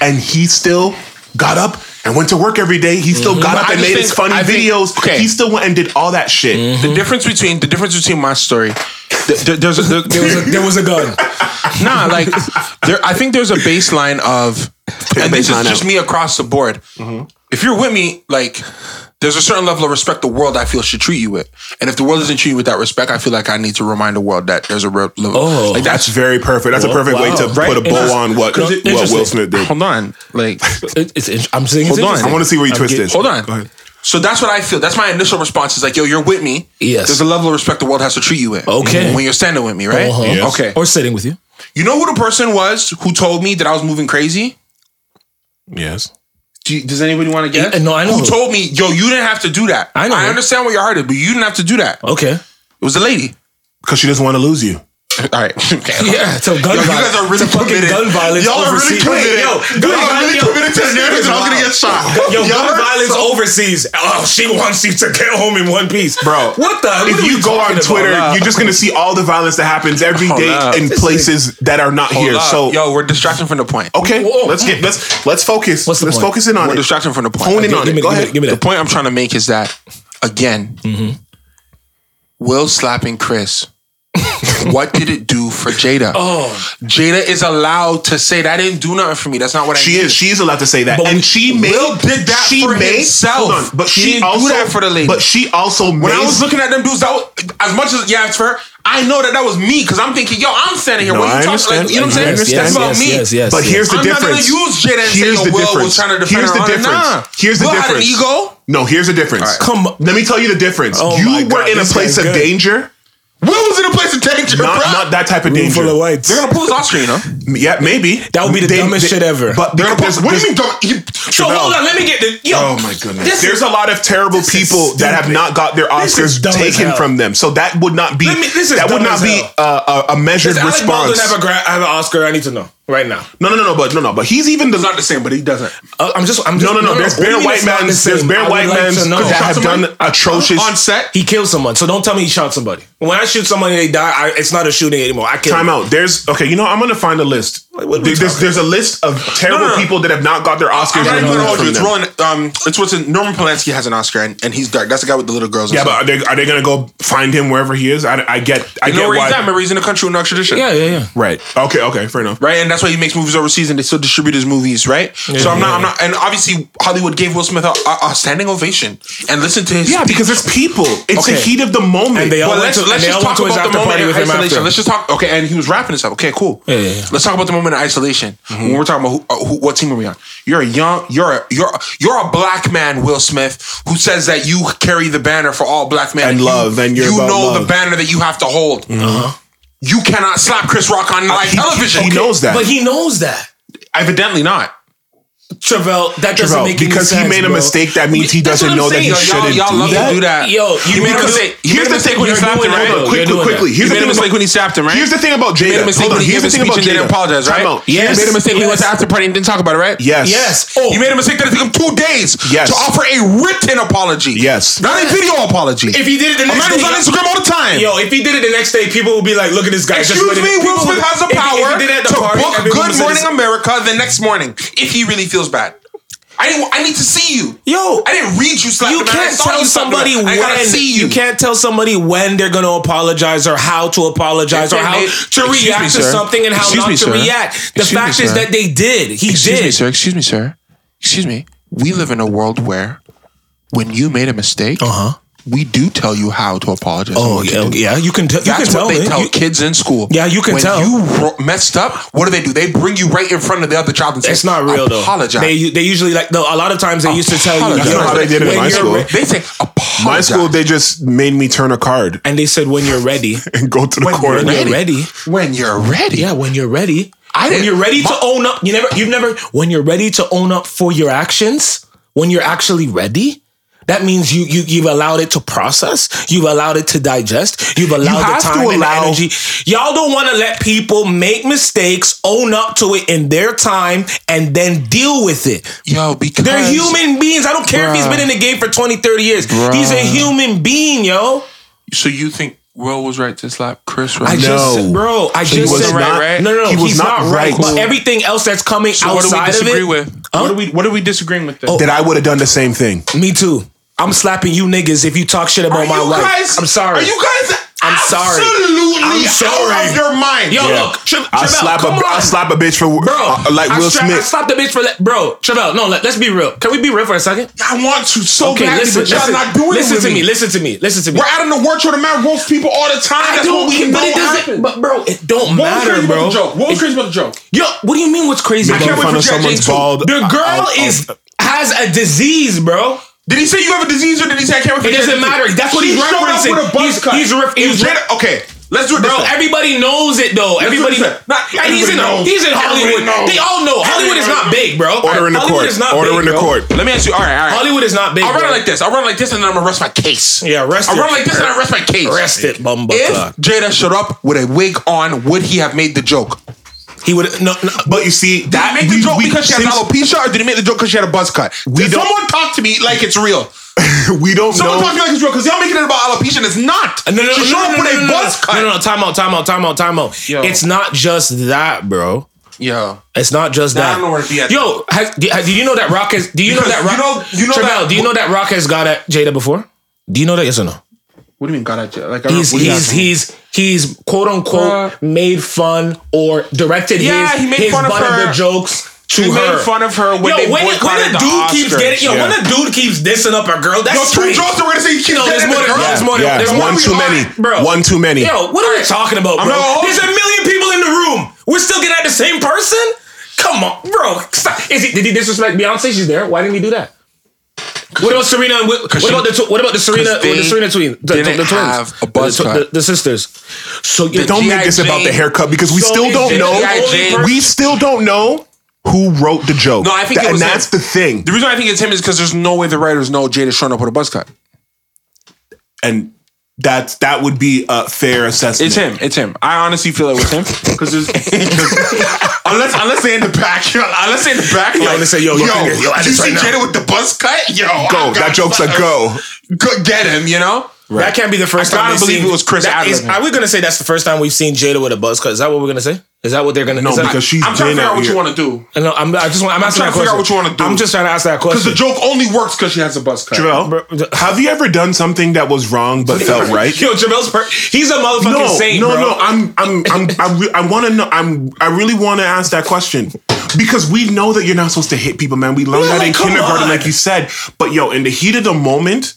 Speaker 2: and he still got up. And went to work every day. He still got
Speaker 4: But
Speaker 2: up
Speaker 4: Mm-hmm. I
Speaker 2: and
Speaker 4: just
Speaker 2: made his
Speaker 4: think-
Speaker 2: funny
Speaker 4: I think-
Speaker 2: videos.
Speaker 4: okay. Mm-hmm.
Speaker 2: He still went and did all that shit.
Speaker 3: Mm-hmm.
Speaker 4: The difference between the difference between my story, th- there, there's a, there,
Speaker 3: There was a, there was a gun.
Speaker 4: nah like there. I think there's a baseline of, and this
Speaker 2: Baseline
Speaker 4: is just
Speaker 2: of-
Speaker 4: me across the board.
Speaker 3: Mm-hmm.
Speaker 4: If you're with me, like there's a certain level of respect the world I feel should treat you with, and if the world doesn't treat you with that respect, I feel like I need to remind the world that there's a re- level.
Speaker 3: Oh.
Speaker 4: like
Speaker 2: That's
Speaker 4: that's
Speaker 2: very perfect. That's a perfect way to
Speaker 3: Right?
Speaker 2: put a bow on what,
Speaker 3: Because
Speaker 2: what
Speaker 3: it-
Speaker 2: Will
Speaker 3: interesting.
Speaker 2: Smith did.
Speaker 4: hold on, like
Speaker 3: It- it's, int- I'm saying. It's
Speaker 4: Hold on.
Speaker 3: interesting.
Speaker 2: I want to see where you twist
Speaker 3: getting-
Speaker 2: this.
Speaker 4: hold on.
Speaker 2: Go ahead.
Speaker 4: So that's what I feel. That's my initial response. Is like, yo, you're with me.
Speaker 3: Yes.
Speaker 4: There's a level of respect the world has to treat you with.
Speaker 3: Okay.
Speaker 4: When you're standing with me, right?
Speaker 3: Uh-huh.
Speaker 2: Yes.
Speaker 4: Okay.
Speaker 3: Or sitting with you.
Speaker 4: You know who the person was who told me that I was moving crazy?
Speaker 2: Yes.
Speaker 4: Do you- does anybody want to guess?
Speaker 3: Yeah, no, I know
Speaker 4: Who
Speaker 3: who.
Speaker 4: told me, yo, you didn't have to do that.
Speaker 3: I know
Speaker 4: I
Speaker 3: who.
Speaker 4: understand where your heart is, but you didn't have to do that.
Speaker 3: Okay.
Speaker 4: It was a lady.
Speaker 2: Because she doesn't want to lose you.
Speaker 4: All right. Okay.
Speaker 3: Yeah. So gun
Speaker 4: Yo, you
Speaker 3: violence.
Speaker 4: guys are really
Speaker 3: to fucking
Speaker 4: committed.
Speaker 3: gun violence.
Speaker 4: Y'all are really
Speaker 3: overseas.
Speaker 4: committed.
Speaker 3: Yo, gun
Speaker 4: Y'all are really
Speaker 3: violence- yo,
Speaker 4: committed to the narrative that I was gonna get shot.
Speaker 3: Yo,
Speaker 4: Y'all
Speaker 3: gun
Speaker 4: are
Speaker 3: violence
Speaker 4: so-
Speaker 3: overseas. Oh, she wants you to get home in one piece,
Speaker 2: Bro,
Speaker 3: What the? what are
Speaker 2: If
Speaker 3: we
Speaker 2: you go
Speaker 3: talking
Speaker 2: on
Speaker 3: about?
Speaker 2: Twitter, you're just going to see all the violence that happens every
Speaker 4: Hold
Speaker 2: day
Speaker 4: up.
Speaker 2: in
Speaker 3: This
Speaker 2: places that are not
Speaker 4: Hold
Speaker 2: here.
Speaker 4: up.
Speaker 2: So,
Speaker 4: yo, we're distracting from the point.
Speaker 2: okay,
Speaker 3: Whoa.
Speaker 2: let's get let's let's focus.
Speaker 3: What's the
Speaker 2: let's
Speaker 3: point?
Speaker 2: focus in on
Speaker 4: We're
Speaker 2: it.
Speaker 4: distracting from the point.
Speaker 2: Hone in
Speaker 4: Again,
Speaker 2: on
Speaker 3: give
Speaker 2: it.
Speaker 3: me,
Speaker 2: Go
Speaker 3: give me,
Speaker 2: ahead.
Speaker 3: give me
Speaker 4: The
Speaker 3: that. Mm-hmm.
Speaker 4: point I'm trying to make is that again, Will slapping Chris. what did it do for Jada?
Speaker 3: Oh,
Speaker 4: Jada is allowed to say that didn't do nothing for me. That's not what I
Speaker 2: She
Speaker 4: need."
Speaker 2: is. She is allowed to say that,
Speaker 3: But
Speaker 2: and she made.
Speaker 4: Will did that
Speaker 2: she
Speaker 4: for
Speaker 2: made,
Speaker 4: himself.
Speaker 2: Hold on, but
Speaker 4: He
Speaker 2: she
Speaker 4: didn't do
Speaker 2: also
Speaker 4: that for the lady.
Speaker 2: But she also made.
Speaker 4: When I was looking at them dudes, that was, as much as yeah, it's fair. I know that that was me because I'm thinking, yo, I'm standing here.
Speaker 2: No,
Speaker 4: what are
Speaker 2: I
Speaker 4: you talking?
Speaker 2: understand.
Speaker 4: Like, you know what I'm saying?
Speaker 2: I
Speaker 4: That's
Speaker 2: understand.
Speaker 4: about
Speaker 3: yes,
Speaker 4: me.
Speaker 3: Yes, yes,
Speaker 2: But
Speaker 3: yes.
Speaker 2: here's the
Speaker 4: I'm not
Speaker 2: difference.
Speaker 4: gonna use Jada and say,
Speaker 2: here's
Speaker 4: yo,
Speaker 2: the
Speaker 4: Will was
Speaker 2: difference.
Speaker 4: trying to defend
Speaker 2: here's
Speaker 4: her
Speaker 2: the
Speaker 4: honor.
Speaker 2: difference.
Speaker 4: Nah.
Speaker 2: Here's the
Speaker 4: Will had an
Speaker 2: difference.
Speaker 4: ego?
Speaker 2: No, here's the difference.
Speaker 4: All right.
Speaker 3: Come on.
Speaker 2: Let me tell you the difference.
Speaker 3: Oh my
Speaker 2: you were
Speaker 3: God,
Speaker 2: in a
Speaker 3: this
Speaker 2: place
Speaker 3: guy's
Speaker 2: of
Speaker 3: good.
Speaker 2: danger.
Speaker 4: Will was in a place of danger,
Speaker 2: Not,
Speaker 4: bruh.
Speaker 2: not that type of danger.
Speaker 3: full of whites.
Speaker 4: They're gonna pull his Oscar, you know.
Speaker 2: Yeah, maybe
Speaker 3: That would be the dumbest shit ever.
Speaker 2: But
Speaker 4: They're gonna pull.
Speaker 2: because
Speaker 4: What do
Speaker 2: there's-
Speaker 4: you mean? Dumb? He-
Speaker 3: So hold on, let me get the yo.
Speaker 2: Oh my goodness.
Speaker 3: This
Speaker 2: There's
Speaker 3: is,
Speaker 2: a lot of terrible
Speaker 3: is
Speaker 2: people that have
Speaker 3: stupid.
Speaker 2: not got their
Speaker 3: This is
Speaker 2: Oscars
Speaker 3: dumb as
Speaker 2: taken
Speaker 3: hell.
Speaker 2: from them. So that would not be
Speaker 3: Let me- this is
Speaker 2: that would
Speaker 3: dumb
Speaker 2: not
Speaker 3: as
Speaker 2: be
Speaker 3: hell.
Speaker 2: uh, a, a measured
Speaker 3: does Alec Baldwin
Speaker 2: response.
Speaker 3: have a gra- have an Oscar? I need to know right now.
Speaker 2: no, no, no, no, but no, no, but he's even the
Speaker 4: It's not the same, but he doesn't.
Speaker 3: Uh, I'm just I'm just
Speaker 2: no, no, no. There's
Speaker 3: what do you
Speaker 2: bare
Speaker 3: mean
Speaker 2: white
Speaker 3: it's not
Speaker 2: men.
Speaker 3: the same?
Speaker 2: There's
Speaker 3: I
Speaker 2: bare
Speaker 3: would
Speaker 2: white
Speaker 3: like
Speaker 2: men
Speaker 3: to know.
Speaker 2: that have
Speaker 4: somebody?
Speaker 2: done atrocious.
Speaker 4: On set,
Speaker 3: He killed someone, so don't tell me he shot somebody. When I shoot somebody, and they die. I, it's not a shooting anymore. I kill.
Speaker 2: Time out. There's okay. You know, I'm gonna find a list.
Speaker 3: what are we
Speaker 2: There- there's,
Speaker 3: talking
Speaker 2: there's a list of terrible
Speaker 4: no, no.
Speaker 2: people that have not got their Oscars.
Speaker 4: I'm not even
Speaker 2: removed
Speaker 4: gonna hold
Speaker 2: from
Speaker 4: you. It's
Speaker 2: them.
Speaker 4: Roland. Um, it's what's in Norman Polanski has an Oscar, and, and he's dark. That's the guy with the little girls. and
Speaker 2: Yeah, but
Speaker 4: stuff.
Speaker 2: are they are they gonna go find him wherever he is? I, I get I
Speaker 4: you know
Speaker 2: get
Speaker 4: where
Speaker 2: why.
Speaker 4: he's at? Remember, he's in a country with no extradition.
Speaker 3: Yeah, yeah, yeah.
Speaker 2: Right. Okay. Okay. Fair enough.
Speaker 4: right? And that's why he makes movies overseas, and they still distribute his movies, right? so I'm not, I'm not, and obviously Hollywood gave Will Smith a, a, a standing ovation and listen to his.
Speaker 2: Yeah, because it's people. It's the
Speaker 3: Okay.
Speaker 2: heat of the moment.
Speaker 3: And they all
Speaker 4: But
Speaker 3: went
Speaker 4: let's,
Speaker 3: to-
Speaker 4: let's
Speaker 3: and they
Speaker 4: just
Speaker 3: all went
Speaker 4: talk
Speaker 3: to his
Speaker 4: about the
Speaker 3: after
Speaker 4: moment
Speaker 3: party
Speaker 4: in
Speaker 3: with him
Speaker 4: isolation.
Speaker 3: after.
Speaker 4: Let's just talk. Okay, and he was wrapping this up. Okay, cool.
Speaker 3: yeah, yeah.
Speaker 4: Let's talk about the moment in isolation. When we're talking about who, uh, who, what team are we on? You're a young, you're a, you're a, you're a black man, Will Smith, who says that you carry the banner for all black men
Speaker 2: And
Speaker 4: You-
Speaker 2: love, and you're
Speaker 4: you
Speaker 2: about
Speaker 4: know the
Speaker 2: love.
Speaker 4: banner that you have to hold.
Speaker 3: Uh-huh.
Speaker 4: You cannot slap Chris Rock on live
Speaker 2: He-
Speaker 4: television.
Speaker 2: He knows that.
Speaker 3: But he Uh, knows that.
Speaker 4: Evidently not.
Speaker 3: Travell, that doesn't
Speaker 2: Bro,
Speaker 3: make any
Speaker 2: because
Speaker 3: sense,
Speaker 2: he made a
Speaker 3: bro.
Speaker 2: mistake, that means he
Speaker 3: That's
Speaker 2: doesn't
Speaker 3: what
Speaker 2: know
Speaker 3: I'm
Speaker 2: that he
Speaker 3: saying. Yo,
Speaker 4: y'all-
Speaker 2: shouldn't
Speaker 4: y'all love
Speaker 2: do
Speaker 4: to
Speaker 2: that.
Speaker 4: do that.
Speaker 3: Yo,
Speaker 4: Ah. He
Speaker 3: you
Speaker 4: made a
Speaker 3: know-
Speaker 4: mistake. He
Speaker 2: Here's
Speaker 4: made a
Speaker 2: the
Speaker 4: mistake
Speaker 2: thing
Speaker 4: when he
Speaker 2: you're
Speaker 4: slapped
Speaker 2: doing.
Speaker 4: him, right?
Speaker 2: Hold on,
Speaker 3: You're
Speaker 2: quick, quick,
Speaker 3: doing
Speaker 2: quickly.
Speaker 3: that.
Speaker 2: Here's the
Speaker 4: He made a
Speaker 2: thing
Speaker 4: mistake
Speaker 2: about-
Speaker 4: when he slapped him, right?
Speaker 2: Here's the thing about
Speaker 4: He
Speaker 2: Jada.
Speaker 4: made a mistake
Speaker 2: Hold on.
Speaker 4: when he
Speaker 2: Here's
Speaker 4: gave
Speaker 2: the thing
Speaker 4: his
Speaker 2: about
Speaker 4: speech and did
Speaker 2: Jada.
Speaker 4: apologize, right?
Speaker 2: Time out.
Speaker 4: He
Speaker 3: Yes.
Speaker 4: made a mistake when he went to after party and didn't talk about it, right?
Speaker 2: Yes.
Speaker 3: Yes.
Speaker 4: He made a mistake that it took him two days
Speaker 2: Yes.
Speaker 4: to offer a written apology.
Speaker 2: Yes.
Speaker 4: Not a video apology.
Speaker 3: If he did it the
Speaker 4: a
Speaker 3: next
Speaker 4: man
Speaker 3: day,
Speaker 4: who's on Instagram all the time.
Speaker 3: yo, if he did it the next day, people would be like, "Look at this guy." just
Speaker 4: Excuse
Speaker 3: waiting-
Speaker 4: me, Will
Speaker 3: people
Speaker 4: Smith
Speaker 3: would-
Speaker 4: has the
Speaker 3: if- if he
Speaker 4: power
Speaker 3: did it at the
Speaker 4: to
Speaker 3: party,
Speaker 4: book
Speaker 3: everyone would
Speaker 4: Good
Speaker 3: say
Speaker 4: Morning
Speaker 3: this-
Speaker 4: America the next morning if he really feels bad. I, didn't, I need to see you.
Speaker 3: Yo,
Speaker 4: I didn't read you slap
Speaker 3: you
Speaker 4: the man. I
Speaker 3: can't
Speaker 4: saw
Speaker 3: tell
Speaker 4: you slap the man.
Speaker 3: somebody when
Speaker 4: I gotta see you.
Speaker 3: can't tell somebody when they're going to apologize or how to apologize or
Speaker 4: Excuse
Speaker 3: how to
Speaker 4: me, excuse
Speaker 3: react
Speaker 4: me,
Speaker 3: to
Speaker 4: sir.
Speaker 3: something and how
Speaker 4: Excuse
Speaker 3: not
Speaker 4: me,
Speaker 3: to
Speaker 4: sir.
Speaker 3: react. The
Speaker 4: Excuse me,
Speaker 3: fact is
Speaker 4: sir.
Speaker 3: that they did. He
Speaker 4: Excuse
Speaker 3: did.
Speaker 4: me, sir. Excuse me, sir. Excuse me. We live in a world where when you made a mistake, uh-huh. we do tell you how to apologize. and
Speaker 3: Oh
Speaker 4: what to
Speaker 3: yeah,
Speaker 4: do.
Speaker 3: yeah. You can tell. You can
Speaker 4: That's
Speaker 3: tell.
Speaker 4: what they
Speaker 3: man.
Speaker 4: tell
Speaker 3: You-
Speaker 4: kids in school.
Speaker 3: Yeah, you can
Speaker 4: when
Speaker 3: tell.
Speaker 4: you ro- messed up, what do they do? They bring you right in front of the other child and say,
Speaker 3: It's not real though.
Speaker 4: Apologize.
Speaker 3: They they usually like though, a lot of times they used to tell you.
Speaker 4: Apologize.
Speaker 3: you
Speaker 2: That's not how they did it in
Speaker 3: when
Speaker 2: my
Speaker 3: you're
Speaker 2: school.
Speaker 3: re-
Speaker 4: They say apologize.
Speaker 2: My school, they just made me turn a card
Speaker 3: and they said when you're ready.
Speaker 2: and go to the
Speaker 4: When
Speaker 2: corner.
Speaker 3: When
Speaker 4: you're
Speaker 3: you're ready.
Speaker 4: when you're ready.
Speaker 3: Yeah, when you're ready.
Speaker 4: I
Speaker 3: when
Speaker 4: didn't-
Speaker 3: you're ready
Speaker 4: my-
Speaker 3: to own up. You never. You've never. When you're ready to own up for your actions. When you're actually ready. That means you you you've allowed it to process. You've allowed it to digest. You've allowed
Speaker 2: have
Speaker 3: the
Speaker 2: to
Speaker 3: time and the
Speaker 2: allow-
Speaker 3: energy. Y'all don't want to let people make mistakes, own up to it in their time, and then deal with it.
Speaker 4: Yo, because
Speaker 3: They're human beings. I don't care if he's been in the game for 20, 30 years. He's a human being, yo.
Speaker 4: So you think Will was right to slap Chris?
Speaker 3: I
Speaker 4: Right?
Speaker 2: No.
Speaker 3: just bro, I
Speaker 2: he
Speaker 3: just
Speaker 2: was
Speaker 3: said
Speaker 2: not-
Speaker 3: right, No, no, no.
Speaker 2: he was
Speaker 3: he's
Speaker 2: not
Speaker 3: not, right.
Speaker 2: right.
Speaker 3: But everything else that's coming
Speaker 4: So what do
Speaker 3: outside
Speaker 4: we disagree
Speaker 3: of it,
Speaker 4: with?
Speaker 3: Huh?
Speaker 4: What are we what are we disagreeing with? Then?
Speaker 2: That I would have done the same thing.
Speaker 3: me too. I'm slapping you niggas if you talk shit about my wife. I'm sorry.
Speaker 4: Are you guys?
Speaker 3: I'm sorry.
Speaker 4: Absolutely
Speaker 3: I'm sorry.
Speaker 4: out of your mind.
Speaker 3: Yo,
Speaker 2: Yeah.
Speaker 3: look, Tri-
Speaker 2: I
Speaker 3: Travell,
Speaker 2: slap a
Speaker 3: come
Speaker 2: I
Speaker 3: on.
Speaker 2: slap a bitch for
Speaker 3: bro.
Speaker 2: uh, like
Speaker 3: I
Speaker 2: Will
Speaker 3: stra- I
Speaker 2: Smith.
Speaker 3: slapped the bitch for le- bro. Travell, no, let, let's be real. Can we be real for a second?
Speaker 4: I want to so
Speaker 3: Okay,
Speaker 4: badly,
Speaker 3: listen,
Speaker 4: but y'all
Speaker 3: listen,
Speaker 4: not doing
Speaker 3: listen
Speaker 4: it with
Speaker 3: to me. Listen to me. Listen to me.
Speaker 4: We're out in the world trying to man roast people all the time.
Speaker 3: I
Speaker 4: That's
Speaker 3: don't
Speaker 4: what we
Speaker 3: care,
Speaker 4: know
Speaker 3: but it doesn't.
Speaker 4: happens.
Speaker 3: But bro, it don't
Speaker 4: What was
Speaker 3: matter,
Speaker 4: crazy
Speaker 3: bro.
Speaker 4: about the joke? What was crazy about the joke?
Speaker 3: Yo, what do you mean? What's crazy?
Speaker 4: can't
Speaker 3: about
Speaker 4: wait
Speaker 3: it?
Speaker 4: for Jack
Speaker 2: someone's
Speaker 4: James too.
Speaker 2: bald.
Speaker 3: The
Speaker 2: I'll-
Speaker 3: girl
Speaker 2: I'll-
Speaker 3: is has a disease, bro.
Speaker 4: Did he say you have a disease or did he say I can't remember?
Speaker 3: It doesn't matter. That's what
Speaker 4: She
Speaker 3: he's
Speaker 4: showed up
Speaker 3: referencing.
Speaker 4: with a buzz
Speaker 3: He's-
Speaker 4: cut.
Speaker 3: he's ref-
Speaker 4: If
Speaker 3: he's
Speaker 4: Jada- okay, let's do it.
Speaker 3: Bro,
Speaker 4: this way.
Speaker 3: everybody knows it though. Everybody,
Speaker 4: what he said. Not
Speaker 3: and he's in
Speaker 4: everybody knows.
Speaker 3: he's in Hollywood.
Speaker 4: Everybody knows.
Speaker 3: They all know Hollywood is not
Speaker 4: Everybody knows.
Speaker 3: big, bro.
Speaker 2: Order in the
Speaker 3: Hollywood
Speaker 2: court.
Speaker 3: is not
Speaker 2: Order
Speaker 3: big,
Speaker 2: in the
Speaker 3: bro.
Speaker 2: court.
Speaker 4: Let me ask you. All right, all right.
Speaker 3: Hollywood is not big.
Speaker 4: I'll run
Speaker 3: bro.
Speaker 4: it like this. I'll run it like this, and then I'm gonna rest my case.
Speaker 3: Yeah, rest
Speaker 4: I'll
Speaker 3: it.
Speaker 4: run it like this, and I rest my case.
Speaker 3: Rest it, bumba
Speaker 4: If
Speaker 3: clock.
Speaker 4: Jada showed up with a wig on, would he have made the joke?
Speaker 3: He would no, no
Speaker 2: But you see,
Speaker 4: Did he
Speaker 2: that
Speaker 4: make the
Speaker 2: we-
Speaker 4: joke
Speaker 2: we-
Speaker 4: because she has
Speaker 2: since-
Speaker 4: alopecia, or did he make the joke because she had a buzz cut? Did
Speaker 2: don't-
Speaker 4: someone talk to me like it's real.
Speaker 2: we don't
Speaker 4: Someone
Speaker 2: know.
Speaker 4: talk to me like it's real because y'all making it about alopecia, and it's not.
Speaker 3: No, no, no,
Speaker 4: she showed
Speaker 3: no,
Speaker 4: up
Speaker 3: no,
Speaker 4: with
Speaker 3: no,
Speaker 4: a
Speaker 3: no,
Speaker 4: buzz cut.
Speaker 3: No, no, no, time out, time out, time out, time out.
Speaker 4: Yo.
Speaker 3: It's not just that, bro.
Speaker 4: Yeah.
Speaker 3: It's not just
Speaker 4: Nah, I
Speaker 3: that.
Speaker 4: don't know where to be at.
Speaker 3: Yo, has, do, has- do you know that Rock has? Do you know
Speaker 4: Because
Speaker 3: that Rock?
Speaker 4: you know- you know
Speaker 3: Travell,
Speaker 4: that-
Speaker 3: do you know that Rock has got at Jada before? Do you know that? Yes or no?
Speaker 4: What do you mean, God? I j- Like I
Speaker 3: He's
Speaker 4: what do you
Speaker 3: he's
Speaker 4: mean?
Speaker 3: he's he's quote unquote
Speaker 4: Uh,
Speaker 3: made fun or directed
Speaker 4: Yeah,
Speaker 3: his
Speaker 4: he made
Speaker 3: his
Speaker 4: fun of
Speaker 3: butt
Speaker 4: her.
Speaker 3: the jokes. To
Speaker 4: He made
Speaker 3: her.
Speaker 4: fun of her when
Speaker 3: yo,
Speaker 4: they
Speaker 3: when, when
Speaker 4: boycotted
Speaker 3: a
Speaker 4: the
Speaker 3: dude keeps
Speaker 4: Oscars,
Speaker 3: getting yo,
Speaker 2: yeah.
Speaker 3: when a dude keeps dissing up a girl, that's
Speaker 4: Yo, two
Speaker 3: strange.
Speaker 4: jokes that we're gonna say you keep
Speaker 3: No, there's
Speaker 4: dating
Speaker 3: more
Speaker 4: the
Speaker 3: than-
Speaker 4: girls.
Speaker 3: there's more than-
Speaker 2: Yeah,
Speaker 3: there's more
Speaker 2: one
Speaker 3: than-
Speaker 2: too many.
Speaker 3: bro.
Speaker 2: One too many.
Speaker 3: Yo, what are we talking about, bro?
Speaker 4: I'm not-
Speaker 3: There's a million people in the room. We're still getting at the same person. Come on, bro. Stop. Is he, did he disrespect Beyonce? She's there. Why didn't he do that? What about Serena? And, Wi- what
Speaker 4: she-
Speaker 3: about the tw- what about the Serena?
Speaker 4: they
Speaker 3: The Serena twins. The, the, the
Speaker 4: didn't
Speaker 3: twins.
Speaker 4: have a buzz
Speaker 3: the, tw-
Speaker 4: cut.
Speaker 3: the- the sisters. So you
Speaker 2: Don't make this
Speaker 4: G.I.
Speaker 2: about the
Speaker 4: Jane.
Speaker 2: haircut because we
Speaker 3: So
Speaker 2: still
Speaker 3: is
Speaker 2: don't
Speaker 3: it
Speaker 2: know.
Speaker 4: G.I. Jane?
Speaker 2: We still don't know who wrote the joke.
Speaker 4: No, I think
Speaker 2: Th-
Speaker 4: it was
Speaker 2: and that's
Speaker 4: him.
Speaker 2: the thing.
Speaker 4: The reason I think it's him is because there's no way the writers know Jade is showing up with a buzz cut.
Speaker 2: And that's that would be a fair assessment.
Speaker 4: It's him. It's him. I honestly feel it was him because there's 'cause- unless unless they in the back, yo, unless they in the back, like,
Speaker 2: they say, yo, look at this, yo, at
Speaker 4: you
Speaker 2: this
Speaker 4: see
Speaker 2: right now.
Speaker 4: Jada with the buzz cut, yo, Oh, I
Speaker 2: Go.
Speaker 4: gotta
Speaker 2: That joke's a
Speaker 4: fuck-
Speaker 2: go.
Speaker 4: Go Get him, you know.
Speaker 3: That can't be the first
Speaker 4: I
Speaker 3: time.
Speaker 4: gotta
Speaker 3: we've
Speaker 4: believe
Speaker 3: seen-
Speaker 4: it was Chris
Speaker 3: that
Speaker 4: Adler,
Speaker 3: is-
Speaker 4: man.
Speaker 3: Are we gonna say that's the first time we've seen Jada with a buzz cut? Is that what we're gonna say? Is that what they're gonna?
Speaker 2: No,
Speaker 3: is that-
Speaker 2: because she's
Speaker 4: I'm trying to
Speaker 2: Jane
Speaker 4: figure out
Speaker 2: out
Speaker 4: what you
Speaker 2: here.
Speaker 4: want to do
Speaker 3: No, I'm. I just want. I'm asking
Speaker 4: trying
Speaker 3: that
Speaker 4: to figure
Speaker 3: question.
Speaker 4: out what you wanna do.
Speaker 3: I'm just trying to ask that
Speaker 4: because
Speaker 3: question.
Speaker 4: the joke only works because she has a buzz cut.
Speaker 2: Jarrell, have you ever done something that was wrong but felt right?
Speaker 3: Yo, Jamel's per- he's a motherfucking
Speaker 2: no,
Speaker 3: saint,
Speaker 2: no,
Speaker 3: bro.
Speaker 2: no. I'm, I'm, I'm, I, re- I want to know. I'm, I really want to ask that question because we know that you're not supposed to hit people, man. We learned
Speaker 3: Yeah,
Speaker 2: that
Speaker 3: like,
Speaker 2: in
Speaker 3: come
Speaker 2: kindergarten,
Speaker 3: on.
Speaker 2: like you said. But yo, in the heat of the moment,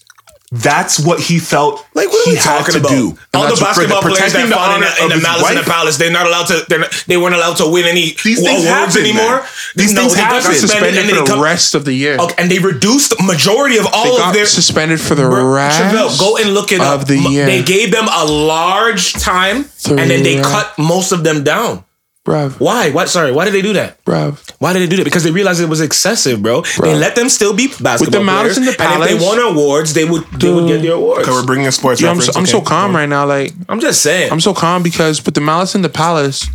Speaker 2: that's what he felt.
Speaker 3: Like what are
Speaker 2: he
Speaker 3: we
Speaker 2: had
Speaker 3: talking
Speaker 2: to
Speaker 3: about?
Speaker 2: do. And
Speaker 3: All the
Speaker 2: that's what- for
Speaker 3: basketball players that
Speaker 2: protecting the
Speaker 3: fought in
Speaker 2: honor
Speaker 3: the, in
Speaker 2: of
Speaker 3: the
Speaker 2: his
Speaker 3: malice in the
Speaker 2: wife,
Speaker 3: palace, they're not allowed to. They're not, they weren't allowed to win any
Speaker 2: These things
Speaker 3: awards
Speaker 2: happen,
Speaker 3: anymore.
Speaker 2: man. These
Speaker 3: No,
Speaker 2: things
Speaker 3: they got
Speaker 2: happen.
Speaker 3: suspended, and then they come-
Speaker 4: of the year.
Speaker 3: Okay, and they reduced the majority of all
Speaker 4: They
Speaker 3: of
Speaker 4: got
Speaker 3: their
Speaker 4: suspended for the
Speaker 3: Bro,
Speaker 4: rest
Speaker 3: Chevelle, go and look it
Speaker 4: of
Speaker 3: up.
Speaker 4: the
Speaker 3: M-
Speaker 4: year.
Speaker 3: They gave them a large time, and then they
Speaker 4: Three-
Speaker 3: cut most of them down.
Speaker 4: bruv,
Speaker 3: Why? What? Sorry. Why did they do that?
Speaker 4: bruv.
Speaker 3: Why did they do that? Because they realized it was excessive, bro. They let them still be basketball
Speaker 4: With the malice
Speaker 3: players,
Speaker 4: and the
Speaker 3: and if
Speaker 4: palace.
Speaker 3: they won awards, they would they would get their awards.
Speaker 2: Okay, we're bringing a sports
Speaker 4: Yo, I'm,
Speaker 2: reference.
Speaker 4: so, I'm so
Speaker 2: okay.
Speaker 4: calm right now. Like
Speaker 3: I'm just saying.
Speaker 4: I'm so calm because with the malice in the palace.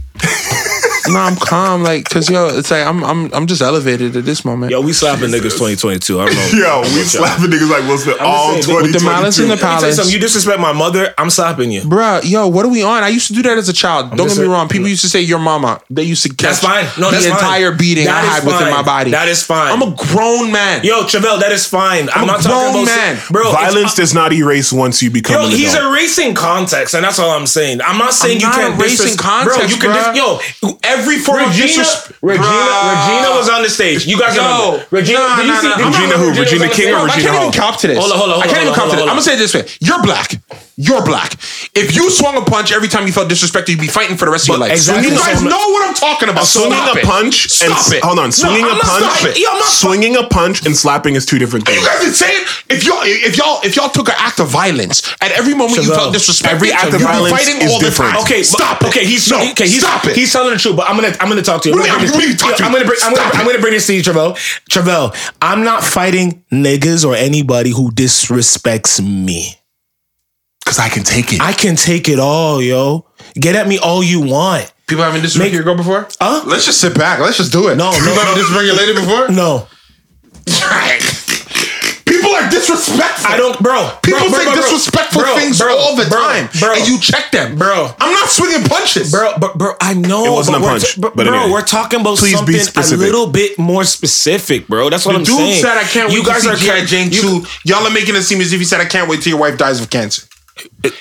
Speaker 4: no, I'm calm. Like, cause yo, it's like I'm I'm I'm just elevated at this moment.
Speaker 3: Yo, we slapping niggas 2022. I don't know.
Speaker 2: Yo, we slapping niggas like Will Smith all
Speaker 3: just saying,
Speaker 2: twenty
Speaker 3: with
Speaker 4: the malice in the
Speaker 2: twenty two.
Speaker 4: pa-
Speaker 3: Let me tell you
Speaker 4: Palace.
Speaker 3: something. You disrespect my mother, I'm slapping you.
Speaker 4: Bruh, yo, what are we on? I used to do that as a child. Don't
Speaker 3: just
Speaker 4: get me
Speaker 3: a-
Speaker 4: wrong. People used to say your mama. They used to
Speaker 3: That's
Speaker 4: catch
Speaker 3: fine. No,
Speaker 4: the
Speaker 3: that's fine.
Speaker 4: entire beating
Speaker 3: That
Speaker 4: I
Speaker 3: is
Speaker 4: had within
Speaker 3: fine.
Speaker 4: my body.
Speaker 3: That is fine.
Speaker 4: I'm a grown man.
Speaker 3: Yo, Chevelle, that is fine. I'm,
Speaker 4: a
Speaker 3: not talking about
Speaker 4: grown man.
Speaker 3: bro. it's-
Speaker 2: Violence does not erase once you become
Speaker 3: Yo,
Speaker 2: an
Speaker 3: he's
Speaker 2: adult.
Speaker 3: erasing context, and that's all I'm saying. I'm not saying
Speaker 4: I'm
Speaker 3: you
Speaker 4: not
Speaker 3: can't disres-
Speaker 4: erasing
Speaker 3: Bro,
Speaker 4: context,
Speaker 3: you can dis- yo every form
Speaker 4: Regina-
Speaker 3: of disrespect. Regina,
Speaker 4: Bruh.
Speaker 3: Regina was on the stage. You guys
Speaker 4: Yo.
Speaker 3: remember Regina?
Speaker 4: Nah,
Speaker 3: did you
Speaker 4: nah,
Speaker 3: see,
Speaker 4: nah.
Speaker 3: did you
Speaker 4: Regina
Speaker 3: remember
Speaker 2: who?
Speaker 3: was
Speaker 2: Regina
Speaker 3: on
Speaker 2: King
Speaker 3: the stage?
Speaker 2: or
Speaker 3: Bro,
Speaker 4: I
Speaker 2: Regina
Speaker 4: can't
Speaker 2: Hall?
Speaker 4: even cop to this.
Speaker 3: Hold on, hold on, hold
Speaker 4: I can't
Speaker 3: on,
Speaker 4: even cop
Speaker 3: hold on, hold
Speaker 4: to this.
Speaker 3: on.
Speaker 4: I'm gonna say it this way: You're black. You're black. If you swung a punch every time you felt disrespected, you'd be fighting for the rest of your life.
Speaker 3: exactly.
Speaker 4: You guys
Speaker 3: So-
Speaker 4: know what I'm talking about.
Speaker 2: Swinging
Speaker 4: Stop
Speaker 2: a
Speaker 4: it.
Speaker 2: punch and
Speaker 4: Stop it.
Speaker 2: hold on, swinging a
Speaker 3: I'm not
Speaker 2: punch,
Speaker 3: stopping- yo, I'm not fu-
Speaker 2: swinging a punch and slapping is two different things.
Speaker 4: You guys been saying if y'all if y'all if y'all took an act of violence at every moment you
Speaker 3: Chevelle,
Speaker 4: felt disrespected,
Speaker 2: every act of
Speaker 4: you'd be
Speaker 2: violence
Speaker 4: fighting
Speaker 2: is
Speaker 4: all
Speaker 2: different.
Speaker 4: the time.
Speaker 3: Okay,
Speaker 4: stop
Speaker 3: but,
Speaker 4: it.
Speaker 3: Okay, he's
Speaker 4: no,
Speaker 3: okay. He's,
Speaker 4: stop it.
Speaker 3: He's telling the truth, but I'm gonna I'm gonna talk to you.
Speaker 4: What do you mean?
Speaker 3: bring
Speaker 4: What do you mean you talk to
Speaker 3: I'm
Speaker 4: me?
Speaker 3: gonna bring I'm
Speaker 4: Stop
Speaker 3: gonna, I'm
Speaker 4: it.
Speaker 3: gonna bring this to you, Travell. Travell, I'm not fighting niggas or anybody who disrespects me.
Speaker 2: Because I can take it.
Speaker 3: I can take it all, yo. Get at me all you want.
Speaker 4: People haven't disrespected your girl before?
Speaker 3: Huh?
Speaker 4: Let's just sit back. Let's just do it.
Speaker 3: No, no, no.
Speaker 4: disrespect your lady before?
Speaker 3: No,
Speaker 4: People are disrespectful.
Speaker 3: I don't, bro.
Speaker 4: People
Speaker 3: bro, bro,
Speaker 4: say
Speaker 3: bro, bro.
Speaker 4: disrespectful
Speaker 3: Bro,
Speaker 4: things
Speaker 3: bro,
Speaker 4: all the
Speaker 3: bro,
Speaker 4: time,
Speaker 3: bro,
Speaker 4: and you check them,
Speaker 3: Bro.
Speaker 4: I'm not swinging punches,
Speaker 3: Bro, but bro, I know.
Speaker 2: It wasn't
Speaker 3: but
Speaker 2: a
Speaker 3: we're
Speaker 2: punch,
Speaker 3: t- bro,
Speaker 2: but
Speaker 3: bro,
Speaker 2: anyway.
Speaker 3: we're talking about
Speaker 2: Please be
Speaker 3: something a
Speaker 2: specific.
Speaker 3: little bit more specific, bro. That's what I'm
Speaker 4: Dude
Speaker 3: saying.
Speaker 4: said I can't wait.
Speaker 3: You guys
Speaker 4: to
Speaker 3: are
Speaker 4: see G.I. Jane
Speaker 3: you-
Speaker 4: two. Y'all are making it seem as if he said I can't wait till your wife dies of cancer.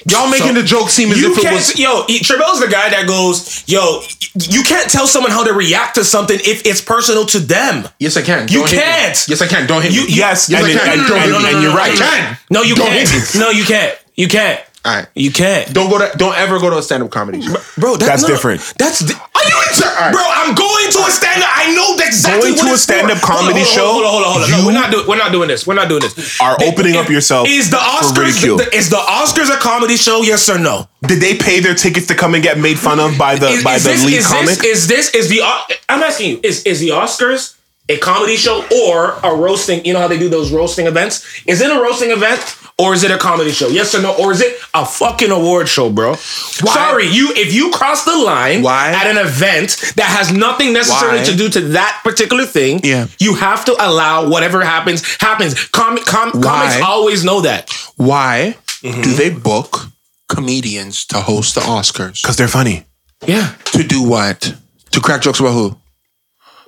Speaker 4: Y'all making
Speaker 3: so-
Speaker 4: the joke seem as
Speaker 3: You
Speaker 4: if it
Speaker 3: can't,
Speaker 4: was
Speaker 3: yo. he- Trevel's the guy that goes, yo. y- You can't tell someone how to react to something if it's personal to them.
Speaker 4: Yes, I can.
Speaker 3: You
Speaker 4: Don't hit me.
Speaker 3: can't.
Speaker 4: Yes, I can. Don't hit
Speaker 3: You-
Speaker 4: me.
Speaker 3: you-
Speaker 2: Yes,
Speaker 4: Yes,
Speaker 2: and,
Speaker 4: I
Speaker 2: it-
Speaker 4: can.
Speaker 2: and,
Speaker 4: No, no,
Speaker 2: and-
Speaker 4: no, no,
Speaker 2: and
Speaker 4: no,
Speaker 2: you're
Speaker 4: no,
Speaker 2: right.
Speaker 4: I can.
Speaker 3: No, you
Speaker 4: Don't hit
Speaker 3: can't.
Speaker 4: me.
Speaker 3: No, you can't. You can't.
Speaker 4: All right.
Speaker 3: You can't,
Speaker 4: Don't go to. Don't ever go to a stand-up comedy. Show.
Speaker 3: bro. That,
Speaker 2: That's
Speaker 3: no,
Speaker 2: different.
Speaker 3: That's di-
Speaker 4: Are you into? All right.
Speaker 3: Bro, I'm going to a stand up. I know exactly
Speaker 2: Going
Speaker 3: what
Speaker 2: to a
Speaker 3: it's for.
Speaker 2: stand-up
Speaker 3: Hold on,
Speaker 2: comedy
Speaker 3: hold on, Hold on, hold on, hold on. No,
Speaker 2: show,
Speaker 3: we're
Speaker 2: you
Speaker 3: not doing. We're not doing this. We're not doing this.
Speaker 2: Are
Speaker 3: They-
Speaker 2: opening up
Speaker 3: if-
Speaker 2: yourself
Speaker 3: Is the
Speaker 2: for
Speaker 3: Oscars
Speaker 2: ridicule.
Speaker 3: the- is the Oscars a comedy show? Yes or no?
Speaker 2: Did they pay their tickets to come and get made fun of by the
Speaker 3: Is,
Speaker 2: Uh, by
Speaker 3: is
Speaker 2: the
Speaker 3: this,
Speaker 2: lead
Speaker 3: is
Speaker 2: comic?
Speaker 3: This, is this is the? O- I'm asking you. Is is the Oscars a comedy show or a roasting? You know how they do those roasting events. Is it a roasting event? Or is it a comedy show? Yes or no? Or is it a fucking award show, bro? Sorry, you if you cross the line
Speaker 4: Why?
Speaker 3: at an event that has nothing necessarily
Speaker 4: Why?
Speaker 3: to do to that particular thing,
Speaker 4: Yeah.
Speaker 3: you have to allow whatever happens happens. Com- com- comics always know that.
Speaker 4: Why
Speaker 3: Mm-hmm.
Speaker 4: do they book comedians to host the Oscars?
Speaker 2: Because they're funny.
Speaker 3: Yeah.
Speaker 4: To do what? To crack jokes about who?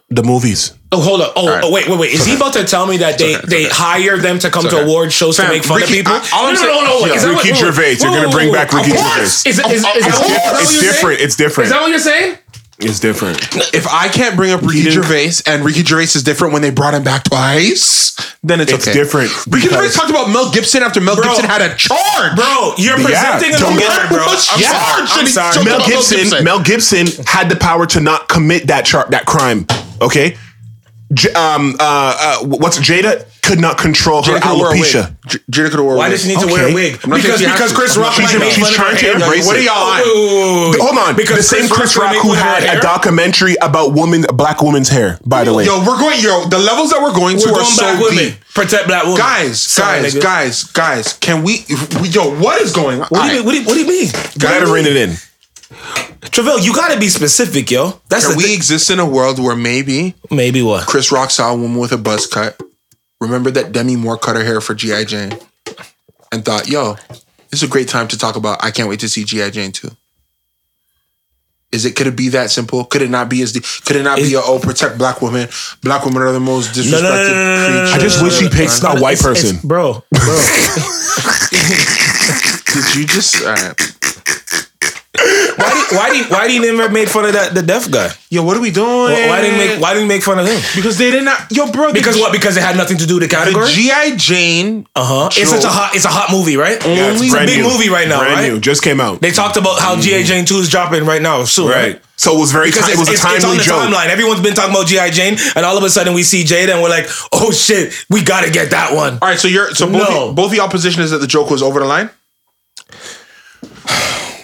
Speaker 2: The movies.
Speaker 3: Oh, hold up. Oh,
Speaker 4: right.
Speaker 3: oh, wait, wait, wait. Is he about to tell me that they,
Speaker 4: okay, it's
Speaker 3: they
Speaker 4: okay.
Speaker 3: hire them to come to
Speaker 4: okay.
Speaker 3: award shows to
Speaker 4: Fam,
Speaker 3: make fun
Speaker 4: Ricky-
Speaker 3: of people?
Speaker 4: I- all I'm
Speaker 3: no, no,
Speaker 4: saying-
Speaker 3: no, no, no, wait.
Speaker 4: Yeah.
Speaker 3: Is that
Speaker 2: Ricky
Speaker 3: what- wait,
Speaker 2: Gervais.
Speaker 3: wait,
Speaker 2: You're
Speaker 3: wait,
Speaker 2: gonna
Speaker 3: wait,
Speaker 2: bring
Speaker 3: wait,
Speaker 2: back
Speaker 3: wait.
Speaker 2: Ricky
Speaker 3: Of course.
Speaker 2: Gervais.
Speaker 3: Is, is, is, that
Speaker 4: Of
Speaker 3: what- is that
Speaker 4: course.
Speaker 3: what
Speaker 2: It's
Speaker 3: you're
Speaker 2: different.
Speaker 3: saying?
Speaker 2: It's different.
Speaker 3: Is that what you're saying?
Speaker 2: It's different.
Speaker 4: If I can't bring up Ricky Gervais and Ricky Gervais is different when they brought him back twice, then it's,
Speaker 2: It's
Speaker 4: okay.
Speaker 2: different
Speaker 4: Ricky Gervais
Speaker 2: because-
Speaker 4: talked about Mel Gibson after Mel
Speaker 3: Bro.
Speaker 4: Gibson had a charge.
Speaker 3: Bro, you're
Speaker 2: Yeah,
Speaker 3: presenting
Speaker 2: don't
Speaker 3: a
Speaker 2: get
Speaker 3: winner,
Speaker 2: it,
Speaker 3: bro.
Speaker 4: bro.
Speaker 3: I'm
Speaker 4: Yeah.
Speaker 3: sorry. I'm
Speaker 4: I'm
Speaker 3: sorry. Mel-
Speaker 4: sorry.
Speaker 2: Mel
Speaker 4: about Mel
Speaker 2: Gibson.
Speaker 4: Gibson.
Speaker 2: Mel Gibson had the power to not commit that char- that crime. Okay. J- um. Uh, uh. What's Jada? could not control her
Speaker 4: Jada could wear a
Speaker 2: alopecia.
Speaker 4: wig. J- Jada could wear a wig.
Speaker 3: Why does she need to wear
Speaker 2: Okay.
Speaker 3: a wig?
Speaker 4: I'm not saying
Speaker 3: Because
Speaker 4: she has
Speaker 3: because
Speaker 4: to.
Speaker 3: Chris
Speaker 4: I'm not
Speaker 3: Rock
Speaker 4: saying
Speaker 3: might
Speaker 4: she-
Speaker 3: make
Speaker 2: she's
Speaker 3: fun of her
Speaker 2: trying to
Speaker 3: hair.
Speaker 2: embrace
Speaker 3: What are
Speaker 2: it.
Speaker 3: y'all on?
Speaker 2: Hold on, because the same Chris, Rock who had a documentary about women, black women's hair. By the way,
Speaker 4: Yo, we're going. Yo, the levels that we're going to
Speaker 3: We're
Speaker 4: are
Speaker 3: going
Speaker 4: so
Speaker 3: black women.
Speaker 4: deep.
Speaker 3: Protect black women.
Speaker 4: Guys,
Speaker 3: Sorry,
Speaker 4: guys,
Speaker 3: nigga.
Speaker 4: guys, guys. Can we, we? Yo, what is going on?
Speaker 3: What do, you, mean- what, do you, what do you mean?
Speaker 2: gotta rein it in.
Speaker 3: Travell, you gotta be specific, yo. That's
Speaker 4: Can
Speaker 3: the
Speaker 4: we
Speaker 3: thing.
Speaker 4: exist in a world where maybe
Speaker 3: Maybe what?
Speaker 4: Chris Rock saw a woman with a buzz cut, remembered that Demi Moore cut her hair for G.I. Jane, and thought, yo, this is a great time to talk about I can't wait to see G.I. Jane too. Is it could it be that simple? Could it not be as deep? Could it not be a oh protect black women? Black women are the most disrespected
Speaker 3: no, no, no, no, no, no,
Speaker 4: creatures.
Speaker 2: I just wish he picked
Speaker 4: Alright.
Speaker 2: a white
Speaker 3: It's- it's-
Speaker 2: person.
Speaker 3: bro. bro.
Speaker 4: Did you just all right.
Speaker 3: why did why did why did he never made fun of that the deaf guy?
Speaker 4: Yo, what are we doing?
Speaker 3: Why, why didn't make why didn't make fun of him?
Speaker 4: because they did not yo bro the
Speaker 3: Because
Speaker 4: G-
Speaker 3: what? Because it had nothing to do with the
Speaker 4: the
Speaker 3: category.
Speaker 4: G.I. Jane
Speaker 3: uh huh. It's such a hot it's a hot movie, right?
Speaker 2: Yeah,
Speaker 3: it's a
Speaker 2: brand
Speaker 3: big
Speaker 2: new.
Speaker 3: movie right now,
Speaker 2: Brand
Speaker 3: right?
Speaker 2: new, just came out.
Speaker 3: They talked about how GA Jane 2 is dropping right now soon. Right.
Speaker 2: Right. So it was very.
Speaker 3: Because
Speaker 2: Ti-
Speaker 3: it's,
Speaker 2: it was a
Speaker 3: it's- it's on
Speaker 2: timely
Speaker 3: the
Speaker 2: joke.
Speaker 3: timeline. Everyone's been talking about G.I. Jane, and all of a sudden we see Jada and we're like, oh shit, we gotta get that one.
Speaker 4: All right, so you're so both
Speaker 3: No.
Speaker 4: the, both the opposition is that the joke was over the line.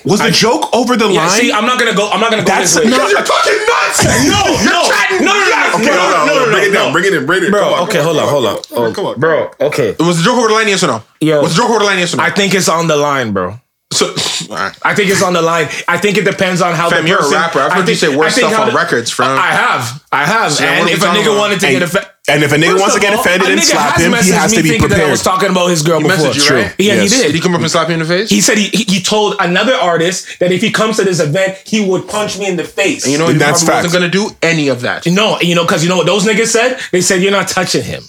Speaker 2: Was the joke over the
Speaker 3: Yeah,
Speaker 2: line?
Speaker 3: see, I'm not gonna go, I'm not gonna go
Speaker 2: That's
Speaker 3: this way.
Speaker 2: not-
Speaker 4: you're fucking nuts.
Speaker 3: no, no, no, no, no,
Speaker 2: Okay,
Speaker 3: no,
Speaker 2: hold
Speaker 3: no,
Speaker 2: on, hold
Speaker 3: no,
Speaker 2: on,
Speaker 3: no,
Speaker 2: bring it
Speaker 3: no.
Speaker 2: down, bring it in, bring it in.
Speaker 3: Bro,
Speaker 2: Come on,
Speaker 3: okay,
Speaker 2: come
Speaker 3: hold on, hold on.
Speaker 2: come on, come on.
Speaker 3: Bro, okay.
Speaker 4: Was the joke over the line? Yes or no?
Speaker 3: Yo.
Speaker 4: Was the joke over the line? Yes or no?
Speaker 3: I think it's on the line, bro.
Speaker 4: so, all right.
Speaker 3: I think it's on the line. I think it depends on how
Speaker 4: Fam,
Speaker 3: the
Speaker 4: you're a
Speaker 3: person.
Speaker 4: rapper. I've
Speaker 3: I
Speaker 4: heard
Speaker 3: think-
Speaker 4: you say worse
Speaker 3: I think
Speaker 4: stuff
Speaker 3: how
Speaker 4: on
Speaker 3: the-
Speaker 4: records, fam.
Speaker 3: I have, I have,
Speaker 4: then
Speaker 3: and
Speaker 4: what are
Speaker 3: if
Speaker 4: we
Speaker 3: a
Speaker 4: talking
Speaker 3: nigga
Speaker 4: about?
Speaker 3: wanted to get
Speaker 2: And,
Speaker 3: offended.
Speaker 2: and if a nigga
Speaker 3: First
Speaker 2: wants to
Speaker 3: of
Speaker 2: get
Speaker 3: all,
Speaker 2: offended
Speaker 3: a
Speaker 2: and
Speaker 3: nigga
Speaker 2: slap
Speaker 3: has
Speaker 2: him, he
Speaker 3: messaged
Speaker 2: has
Speaker 3: me
Speaker 2: to be
Speaker 3: thinking that I
Speaker 2: prepared.
Speaker 3: was talking about his girl
Speaker 4: He
Speaker 3: before.
Speaker 4: messaged you, right?
Speaker 3: Yeah,
Speaker 2: Yes.
Speaker 3: he
Speaker 4: Did he
Speaker 3: did.
Speaker 4: come up and slap you in the face?
Speaker 3: He said he, he he told another artist that if he comes to this event, he would punch me in the face.
Speaker 4: you know,
Speaker 2: And
Speaker 4: he
Speaker 2: that's
Speaker 4: probably wasn't
Speaker 2: facts.
Speaker 4: gonna do any of that.
Speaker 3: no, you know, because you know what those niggas said? They said you're not touching him,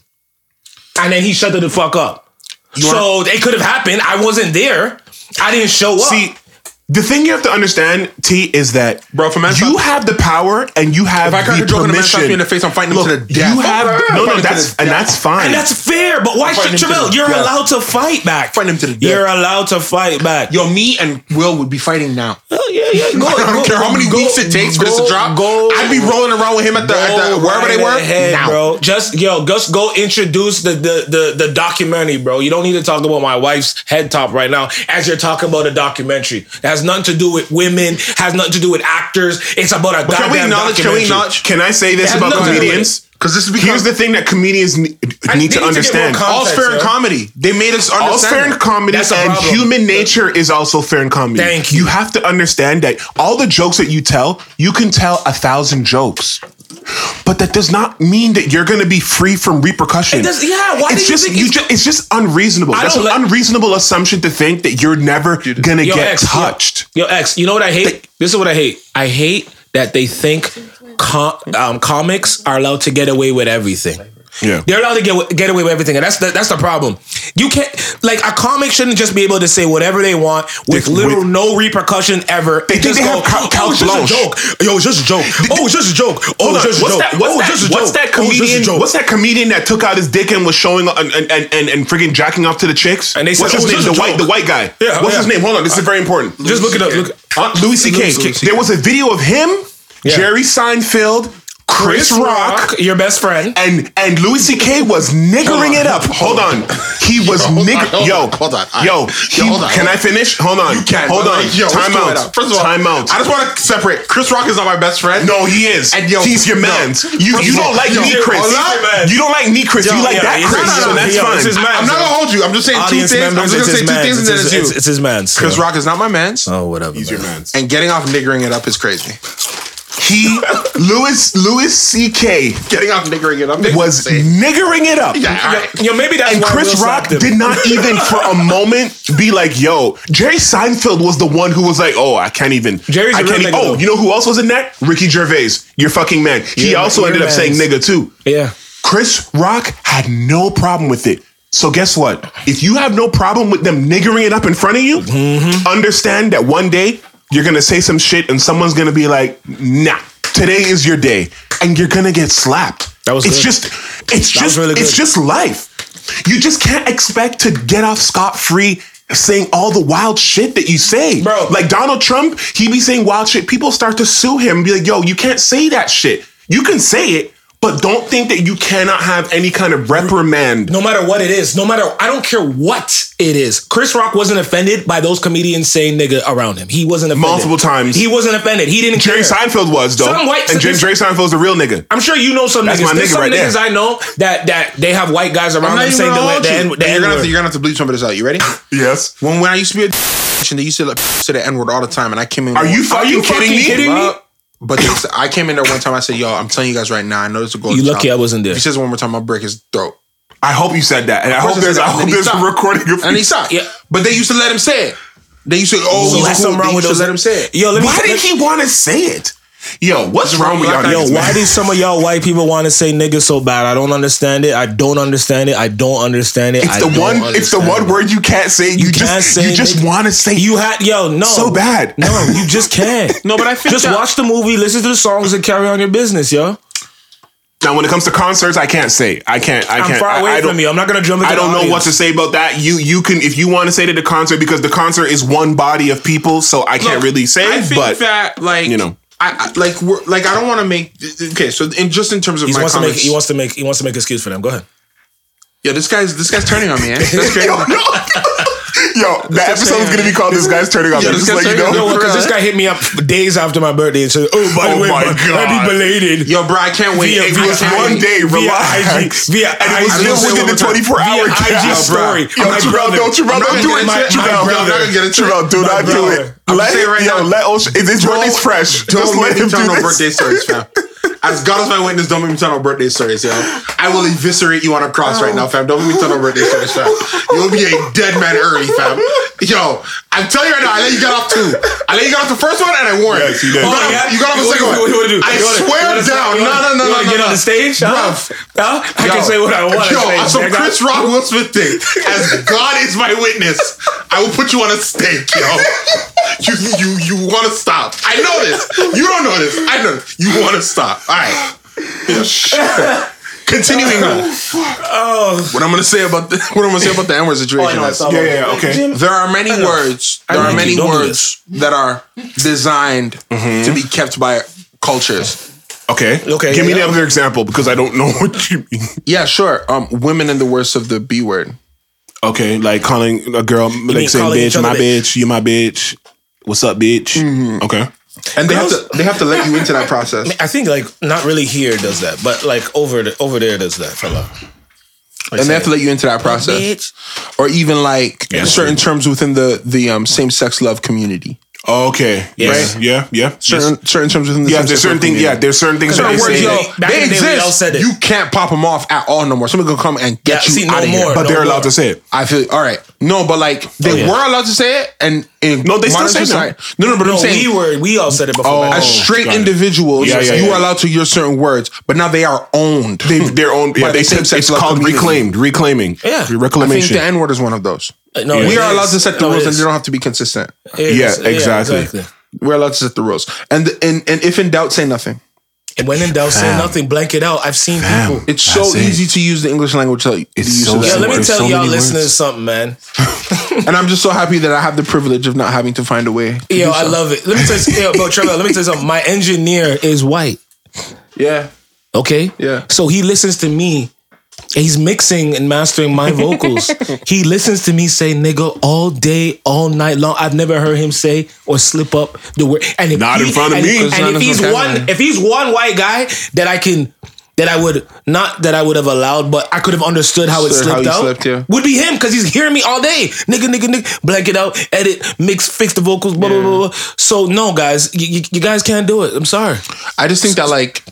Speaker 3: and then he shut the fuck up. so it could have happened. I wasn't there. I didn't show up.
Speaker 2: See, the thing you have to understand, T, is that
Speaker 4: Bro, if a man
Speaker 2: you
Speaker 4: slaps-
Speaker 2: have the power and you have
Speaker 4: If I crack
Speaker 2: the
Speaker 4: a joke and a man
Speaker 2: permission.
Speaker 4: slaps me in the face, I'm fighting him
Speaker 2: Look,
Speaker 4: to the death.
Speaker 2: you have
Speaker 4: I'm
Speaker 2: no, no.
Speaker 4: fighting him to
Speaker 2: That's
Speaker 4: the
Speaker 2: and
Speaker 4: death.
Speaker 2: that's fine.
Speaker 3: and that's fair. But why
Speaker 4: fighting
Speaker 3: should
Speaker 4: him to
Speaker 3: Travell?
Speaker 4: the
Speaker 3: You're
Speaker 4: death.
Speaker 3: allowed to fight back.
Speaker 4: Fighting him to the death.
Speaker 3: You're allowed to fight back.
Speaker 4: Yo, me and Will would be fighting now.
Speaker 3: Hell yeah, yeah. Go,
Speaker 4: I don't care how many weeks it takes for this to drop. I'd be rolling around with him at the, at the wherever they were.
Speaker 3: ahead,
Speaker 4: now.
Speaker 3: bro. Just yo, just go introduce the, the the the documentary, bro. You don't need to talk about my wife's head top right now as you're talking about a documentary. It has nothing to do with women. Has nothing to do with actors. It's about a
Speaker 4: Can
Speaker 3: goddamn
Speaker 4: we acknowledge? Can we
Speaker 3: documentary.
Speaker 4: acknowledge?
Speaker 2: Can I say this
Speaker 3: has
Speaker 2: about
Speaker 3: nothing to do with
Speaker 2: comedians?
Speaker 4: Because this is
Speaker 2: Here's
Speaker 4: because
Speaker 2: the thing that comedians ne- need
Speaker 3: need to
Speaker 2: to
Speaker 3: get more
Speaker 2: understand.
Speaker 3: context.
Speaker 4: all's fair in
Speaker 3: yo.
Speaker 4: comedy. They made us understand.
Speaker 2: All's fair in
Speaker 4: that.
Speaker 2: comedy
Speaker 3: That's a
Speaker 2: and
Speaker 3: problem.
Speaker 2: human nature is also fair in comedy.
Speaker 3: Thank you.
Speaker 2: You have to understand that all the jokes that you tell, you can tell a thousand jokes. But that does not mean that you're going to be free from repercussion.
Speaker 3: It does- yeah, why do
Speaker 2: it's
Speaker 3: you
Speaker 2: just
Speaker 3: think
Speaker 2: you
Speaker 3: it's-
Speaker 2: just it's just unreasonable.
Speaker 3: I
Speaker 2: That's an
Speaker 3: don't let-
Speaker 2: unreasonable assumption to think that you're never going to
Speaker 3: Yo,
Speaker 2: get
Speaker 3: ex, yo-
Speaker 2: touched.
Speaker 3: Yo, ex, you know what I hate? this is what I hate. I hate that they think com- um, comics are allowed to get away with everything.
Speaker 2: Yeah.
Speaker 3: They're allowed to get get away with everything, and that's the, that's the problem. You can't like a comic shouldn't just be able to say whatever they want with
Speaker 2: They-
Speaker 3: little
Speaker 2: with-
Speaker 3: no repercussion ever. They
Speaker 2: think
Speaker 3: just
Speaker 2: they
Speaker 3: go,
Speaker 2: have ca-
Speaker 3: oh, it's
Speaker 2: carte
Speaker 3: just a
Speaker 2: blanche."
Speaker 3: joke. Yo, it's just a joke. Oh, it's just a joke. Oh, it's just a
Speaker 2: what's
Speaker 3: joke.
Speaker 2: that? What's,
Speaker 3: Oh,
Speaker 2: that,
Speaker 3: it's just a
Speaker 2: what's
Speaker 3: joke.
Speaker 2: that
Speaker 3: Oh, it's just a
Speaker 2: comedian?
Speaker 3: joke.
Speaker 2: what's that comedian that took out his dick and was showing and and and, and freaking jacking off to the chicks?
Speaker 3: And they said,
Speaker 2: what's
Speaker 3: "Oh,
Speaker 2: his
Speaker 3: it's
Speaker 2: name?
Speaker 3: just a
Speaker 2: The white,
Speaker 3: joke."
Speaker 2: the white guy.
Speaker 3: Yeah,
Speaker 2: what's
Speaker 3: yeah.
Speaker 2: his name? Hold on, this is very important.
Speaker 3: Just look it up. Look.
Speaker 2: Uh, Louis C.K.
Speaker 3: Louis- Louis
Speaker 2: There was a video of him,
Speaker 3: Yeah.
Speaker 2: Jerry Seinfeld, Chris, Rock,
Speaker 3: your best friend.
Speaker 2: and and Louis C.K. was niggering it up. Hold on, he was nigger.
Speaker 4: hold
Speaker 2: Yo,
Speaker 4: on, hold on. I-
Speaker 2: yo,
Speaker 4: Yo,
Speaker 2: he-
Speaker 4: hold on,
Speaker 2: Can
Speaker 4: hold
Speaker 2: I
Speaker 4: on.
Speaker 2: finish? Hold on,
Speaker 4: can.
Speaker 2: Hold on.
Speaker 4: but like, yo,
Speaker 2: time
Speaker 4: let's throw it
Speaker 2: out.
Speaker 4: out. First of all,
Speaker 2: time out.
Speaker 4: I just want to separate. Chris Rock is not my best friend.
Speaker 2: No, he is.
Speaker 4: And yo,
Speaker 2: he's your
Speaker 4: no.
Speaker 2: man's. You
Speaker 4: First
Speaker 2: you
Speaker 4: of
Speaker 2: don't
Speaker 4: all,
Speaker 2: like
Speaker 4: yo,
Speaker 2: me, Chris.
Speaker 4: hold up.
Speaker 2: You don't like me, Chris. you like
Speaker 3: yeah,
Speaker 2: that,
Speaker 3: he's
Speaker 2: Chris.
Speaker 3: his-
Speaker 2: so that's
Speaker 3: yo,
Speaker 2: fine.
Speaker 3: it's his man.
Speaker 4: I'm not gonna hold you. I'm just saying two
Speaker 3: Audience
Speaker 4: things. I'm
Speaker 3: members,
Speaker 4: just
Speaker 3: it's his
Speaker 4: gonna say two
Speaker 3: man's.
Speaker 4: things and then
Speaker 3: It's
Speaker 4: it's
Speaker 3: his-
Speaker 4: you.
Speaker 3: It's his man's.
Speaker 4: Chris
Speaker 3: yeah.
Speaker 4: Rock is not my man's,
Speaker 3: Oh, whatever. man.
Speaker 4: and getting off niggering it up is crazy.
Speaker 2: He Louis Louis C.K.
Speaker 4: Getting off niggering it up
Speaker 2: was niggering it up.
Speaker 4: Yeah, all right.
Speaker 3: Yo, maybe that's
Speaker 2: And
Speaker 3: why
Speaker 2: Chris
Speaker 3: Will
Speaker 2: Rock
Speaker 3: slapped him.
Speaker 2: did not even for a moment be like, yo, Jerry Seinfeld was the one who was like, oh, I can't even.
Speaker 3: Jerry's
Speaker 2: I
Speaker 3: a real
Speaker 2: can't even.
Speaker 3: nigga,
Speaker 2: Oh,
Speaker 3: though.
Speaker 2: you know who else was in that? Ricky Gervais, your fucking man. He
Speaker 3: You're-
Speaker 2: also
Speaker 3: you're
Speaker 2: ended up
Speaker 3: man's.
Speaker 2: saying nigga too.
Speaker 3: Yeah.
Speaker 2: Chris Rock had no problem with it. So guess what? If you have no problem with them niggering it up in front of you,
Speaker 3: Mm-hmm.
Speaker 2: understand that one day you're gonna say some shit and someone's gonna be like, "Nah, today is your day," and you're gonna get slapped.
Speaker 3: That was
Speaker 2: it's
Speaker 3: good.
Speaker 2: just it's
Speaker 3: That was
Speaker 2: just
Speaker 3: really good.
Speaker 2: it's just life. You just can't expect to get off scot free saying all the wild shit that you say,
Speaker 3: Bro.
Speaker 2: Like Donald Trump, he be saying wild shit. People start to sue him and be like, "Yo, you can't say that shit. You can say it." But don't think that you cannot have any kind of reprimand.
Speaker 3: No matter what it is, no matter I don't care what it is. Chris Rock wasn't offended by those comedians saying nigga around him. He wasn't offended.
Speaker 2: Multiple times.
Speaker 3: He wasn't offended. He didn't
Speaker 2: Jerry
Speaker 3: care.
Speaker 2: Seinfeld was though,
Speaker 3: Some white-
Speaker 2: and Jerry, Jerry Seinfeld's a real nigga.
Speaker 3: I'm sure you know some
Speaker 2: That's
Speaker 3: niggas.
Speaker 2: my
Speaker 3: There's
Speaker 2: nigga
Speaker 3: some
Speaker 2: right there.
Speaker 3: niggas I know that that they have white guys around them saying the, the, N- the
Speaker 4: you're, gonna have to,
Speaker 3: N-word.
Speaker 4: you're gonna have to bleep some of this out. You ready?
Speaker 2: Yes.
Speaker 4: When when I used to be a and they used to like to the N word all the time, and I came in.
Speaker 2: Are you fucking kidding me?
Speaker 4: But- But this, I came in there one time. I said, "Yo, I'm telling you guys right now. I know this will go.
Speaker 3: You lucky I wasn't there.
Speaker 4: If he says it one more time, I'll break his throat."
Speaker 2: I hope you said that, and I
Speaker 4: course
Speaker 2: hope
Speaker 4: I said
Speaker 2: there's I
Speaker 4: that, and
Speaker 2: hope
Speaker 4: then he
Speaker 2: there's a
Speaker 4: stopped.
Speaker 2: recording of
Speaker 4: And he stopped.
Speaker 3: Yeah.
Speaker 4: But they used to let him say it. They used to. Oh,
Speaker 3: So
Speaker 4: he's
Speaker 3: that's
Speaker 4: cool.
Speaker 3: something wrong
Speaker 4: They
Speaker 3: with
Speaker 4: used
Speaker 3: those-
Speaker 4: to let him say it.
Speaker 3: Yo, let me
Speaker 2: Why did he want to say it? Yo, what's wrong with y'all?
Speaker 4: Yo,
Speaker 2: niggas,
Speaker 3: Yo,
Speaker 2: man?
Speaker 3: why do some of y'all white people want to say nigga so bad? I don't understand it. I don't understand it. I don't understand it.
Speaker 2: It's
Speaker 3: I
Speaker 2: the
Speaker 3: don't
Speaker 2: one. It's the
Speaker 3: understand
Speaker 2: one
Speaker 3: it.
Speaker 2: word you can't say. You, just.
Speaker 3: can't say
Speaker 2: you just
Speaker 3: nigga.
Speaker 2: want to say.
Speaker 3: You had yo no
Speaker 2: So bad.
Speaker 3: No, you just can't.
Speaker 4: No, but I think
Speaker 3: just
Speaker 4: that-
Speaker 3: watch the movie, listen to the songs, and carry on your business, yo.
Speaker 2: now, when it comes to concerts, I can't say. I can't. I
Speaker 3: I'm
Speaker 2: can't. I-
Speaker 3: far
Speaker 2: I
Speaker 3: away
Speaker 2: don't-
Speaker 3: from you. I'm not gonna jump. Into
Speaker 2: I don't know what to say about that. You you can if you want to say to the concert because the concert is one body of people, so I can't really say.
Speaker 4: I think
Speaker 2: but
Speaker 4: that like
Speaker 2: you know.
Speaker 4: I, I like we're, like I don't want to make okay. So in just in terms of
Speaker 3: He
Speaker 4: my
Speaker 3: wants to make.
Speaker 4: comments,
Speaker 3: He wants to make. He wants to make excuse for them. Go ahead.
Speaker 4: yeah, this guy's this guy's turning on me. Eh? That's crazy.
Speaker 2: yo, no. yo, the episode is gonna be called "This Guy's Turning On."
Speaker 4: Yeah,
Speaker 2: Me,"
Speaker 4: this
Speaker 2: Just let
Speaker 4: guy's
Speaker 2: you
Speaker 4: turning on
Speaker 2: know.
Speaker 4: me.
Speaker 3: Because this guy hit me up days after my birthday and said, "Oh, by
Speaker 2: Oh
Speaker 3: the way,
Speaker 2: my
Speaker 3: my
Speaker 2: God.
Speaker 3: happy belated."
Speaker 4: Yo, bro, I can't wait.
Speaker 3: Via-
Speaker 4: Hey,
Speaker 3: via-
Speaker 4: I can't
Speaker 2: One
Speaker 4: wait.
Speaker 2: day, relax.
Speaker 3: via
Speaker 2: and it was
Speaker 3: I- I
Speaker 2: just
Speaker 4: will say
Speaker 2: within
Speaker 4: one
Speaker 2: the
Speaker 4: more
Speaker 2: 24
Speaker 4: time.
Speaker 3: Via
Speaker 2: hour
Speaker 3: IG
Speaker 2: cap.
Speaker 3: story.
Speaker 2: Yo,
Speaker 3: My
Speaker 2: Trevell,
Speaker 3: brother.
Speaker 2: don't Trevell,
Speaker 3: I'm not
Speaker 2: don't do it.
Speaker 3: gonna get it. My- my
Speaker 2: Trevell,
Speaker 3: brother.
Speaker 2: Trevell, Trevell, do
Speaker 3: My
Speaker 2: not do
Speaker 3: brother.
Speaker 2: it.
Speaker 4: I'm
Speaker 2: Let
Speaker 4: saying right
Speaker 2: yo,
Speaker 4: now,
Speaker 2: let Osh. His birthday's fresh. Just
Speaker 4: Don't
Speaker 2: let
Speaker 4: make
Speaker 2: him
Speaker 4: me
Speaker 2: do
Speaker 4: tell no birthday
Speaker 2: this.
Speaker 4: stories, fam. As God is my witness, don't make me tell no birthday stories, yo. I will eviscerate you on a cross right now,
Speaker 2: Oh.
Speaker 4: fam. Don't make me tell no birthday stories, fam. You'll be a dead man early, fam. Yo, I'm telling you right now, I let you get off two. I let you get off the first one, and I warned
Speaker 2: Yes, you did.
Speaker 4: You got,
Speaker 3: Oh,
Speaker 4: off,
Speaker 3: yeah?
Speaker 4: you got off the
Speaker 3: What
Speaker 4: second
Speaker 3: you-
Speaker 4: one.
Speaker 3: what you wanna do?
Speaker 4: I
Speaker 3: You wanna-
Speaker 4: swear
Speaker 3: you wanna-
Speaker 4: down.
Speaker 3: you
Speaker 4: No,
Speaker 3: wanna-
Speaker 4: no, no,
Speaker 3: you
Speaker 4: no,
Speaker 3: wanna
Speaker 4: no.
Speaker 3: Get on the
Speaker 4: no.
Speaker 3: stage, huh?
Speaker 4: Bruv.
Speaker 3: Huh? I can say what I want.
Speaker 4: Yo,
Speaker 3: I say,
Speaker 4: on some
Speaker 3: nigga.
Speaker 4: Chris Rock Will Smith thing. As God is my witness, I will put you on a stake, yo. You you you want to stop? I know this. You don't know this. I know this. You want to stop? All right. Yeah, shit. Continuing on.
Speaker 2: Oh.
Speaker 4: What I'm gonna say about the what I'm gonna say about the N-word situation is
Speaker 2: Yeah, yeah, yeah, okay.
Speaker 4: there are many words. There
Speaker 3: like
Speaker 4: are
Speaker 3: you.
Speaker 4: many
Speaker 3: Don't do
Speaker 4: words that are designed
Speaker 2: Mm-hmm.
Speaker 4: to be kept by cultures.
Speaker 2: Okay.
Speaker 3: Okay,
Speaker 2: Give me
Speaker 3: yeah,
Speaker 2: the
Speaker 3: yeah.
Speaker 2: other example because I don't know what you mean.
Speaker 4: Yeah, sure. Um, women and the worst of the B word.
Speaker 2: Okay, like calling a girl, like saying,
Speaker 3: calling each
Speaker 2: "Bitch,
Speaker 3: other
Speaker 2: my
Speaker 3: bitch.
Speaker 2: bitch, Mm-hmm. you my bitch, what's up, bitch?" Okay,
Speaker 4: and they have
Speaker 3: Girls-
Speaker 4: to they have to let you into that process.
Speaker 3: I think like not really here does that, but like over the, over there does that, fella.
Speaker 4: and they have to let you into that process, or even like certain terms within the the um, same sex love community.
Speaker 2: okay, yes,
Speaker 3: Right?
Speaker 2: yeah, yeah,
Speaker 4: Certain certain terms within the
Speaker 2: yeah.
Speaker 4: same
Speaker 2: There's
Speaker 4: sex
Speaker 2: certain
Speaker 4: love
Speaker 2: things. Yeah,
Speaker 4: community.
Speaker 2: there's certain things that
Speaker 3: Certain
Speaker 2: they
Speaker 3: words,
Speaker 2: say,
Speaker 3: yo,
Speaker 2: that-
Speaker 3: back
Speaker 4: they
Speaker 3: in the day, we all
Speaker 4: exist.
Speaker 3: said it.
Speaker 4: You can't pop them off at all no more. Someone gonna come and get
Speaker 3: Yeah,
Speaker 4: you
Speaker 3: see, no
Speaker 4: out of
Speaker 3: more.
Speaker 4: here.
Speaker 2: but
Speaker 3: No
Speaker 2: they're
Speaker 3: more.
Speaker 2: allowed to say it.
Speaker 4: I feel all right. No, but like they
Speaker 3: yeah.
Speaker 4: were allowed to say it, and in
Speaker 2: Oh, No, they still
Speaker 4: modern
Speaker 2: say that.
Speaker 4: society- No, no, but I'm
Speaker 3: No, we
Speaker 4: saying.
Speaker 3: were we all said it before.
Speaker 2: Oh.
Speaker 3: back
Speaker 4: as
Speaker 3: then.
Speaker 4: straight
Speaker 2: got it.
Speaker 4: individuals,
Speaker 2: Yeah, yeah,
Speaker 4: you
Speaker 2: yeah.
Speaker 4: are allowed to use certain words, but now they are owned.
Speaker 2: They, their own. Yeah,
Speaker 4: By
Speaker 2: they
Speaker 4: the
Speaker 2: said
Speaker 4: same-sex
Speaker 2: it's
Speaker 4: love
Speaker 2: called
Speaker 4: community.
Speaker 2: reclaimed, reclaiming.
Speaker 3: Yeah.
Speaker 4: I think the
Speaker 2: reclamation.
Speaker 4: N word is one of those.
Speaker 3: no,
Speaker 2: Yeah.
Speaker 3: it
Speaker 4: We are
Speaker 3: is.
Speaker 4: allowed to set the
Speaker 3: No, it
Speaker 4: rules, and
Speaker 3: is.
Speaker 4: they don't have to be consistent.
Speaker 3: It
Speaker 2: Yeah,
Speaker 3: is.
Speaker 2: exactly.
Speaker 4: We're allowed to set the rules. And and and if in doubt, say nothing.
Speaker 3: And when in doubt, say nothing. Blank it out. I've seen people.
Speaker 4: It's so
Speaker 2: That's it.
Speaker 4: easy to use the English language. To,
Speaker 2: It's
Speaker 4: the use
Speaker 2: so
Speaker 4: of that
Speaker 3: Yeah, let me
Speaker 2: There's
Speaker 3: tell
Speaker 2: so
Speaker 3: y'all
Speaker 2: many
Speaker 3: listeners
Speaker 2: words.
Speaker 3: something, man.
Speaker 4: and I'm just so happy that I have the privilege of not having to find a way. to
Speaker 3: Yo,
Speaker 4: do
Speaker 3: I
Speaker 4: so.
Speaker 3: love it. Let me tell you, yo, bro, Trevor. Let me tell you something. My engineer is white.
Speaker 4: Yeah,
Speaker 3: Okay.
Speaker 4: Yeah.
Speaker 3: So he listens to me. He's mixing and mastering my vocals. he listens to me say nigga all day, all night long. I've never heard him say or slip up the word. And if
Speaker 2: Not in
Speaker 3: he-
Speaker 2: front of
Speaker 3: and-
Speaker 2: me.
Speaker 3: And,
Speaker 4: It's not
Speaker 3: if
Speaker 4: in
Speaker 3: he's
Speaker 4: front of
Speaker 3: one,
Speaker 4: me.
Speaker 3: if he's one white guy that I can, that I would not that I would have allowed, but I could have understood how it
Speaker 4: Sure, how
Speaker 3: slipped
Speaker 4: you
Speaker 3: out.
Speaker 4: slipped, yeah.
Speaker 3: Would be him because he's hearing me all day. Nigga, nigga, nigga. Blank it out, edit, mix, fix the vocals. Blah blah blah. blah. So no, guys, you, you, you guys can't do it. I'm sorry.
Speaker 4: I just think that like,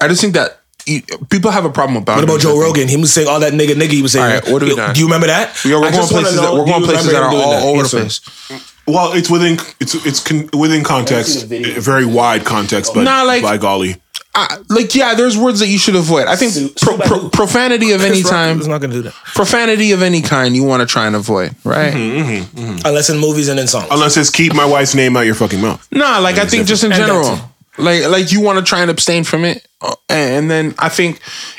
Speaker 4: I just think that e- people have a problem with
Speaker 3: What about
Speaker 4: boundaries.
Speaker 3: Joe
Speaker 4: I think.
Speaker 3: Rogan? He was saying all that nigga nigga. He was saying.
Speaker 4: All right, what are we
Speaker 3: Yo,
Speaker 4: doing?
Speaker 3: Do you remember that?
Speaker 4: Yo,
Speaker 3: I
Speaker 4: we're going
Speaker 3: just wanna
Speaker 4: places that
Speaker 3: know,
Speaker 4: we're
Speaker 3: do
Speaker 4: going
Speaker 3: you
Speaker 4: places
Speaker 3: remember
Speaker 4: that are
Speaker 3: him doing
Speaker 4: all
Speaker 3: that?
Speaker 4: over
Speaker 3: Yes,
Speaker 4: the
Speaker 3: sir.
Speaker 4: place.
Speaker 2: Well, it's within it's it's con- within context, a very wide context, but
Speaker 4: Nah, like-
Speaker 2: by golly,
Speaker 4: I, like yeah, there's words that you should avoid. I think pro- pro- profanity of any
Speaker 3: Chris Rock
Speaker 4: time,
Speaker 3: is not gonna do that
Speaker 4: profanity of any kind, you want to try and avoid,
Speaker 3: Mm-hmm.
Speaker 4: right?
Speaker 3: unless in movies and in songs.
Speaker 2: unless it's keep my wife's name out your fucking mouth.
Speaker 4: Nah, like I think just in
Speaker 3: And
Speaker 4: general,
Speaker 3: that's
Speaker 4: like like you want to try and abstain from it, Uh, and then I think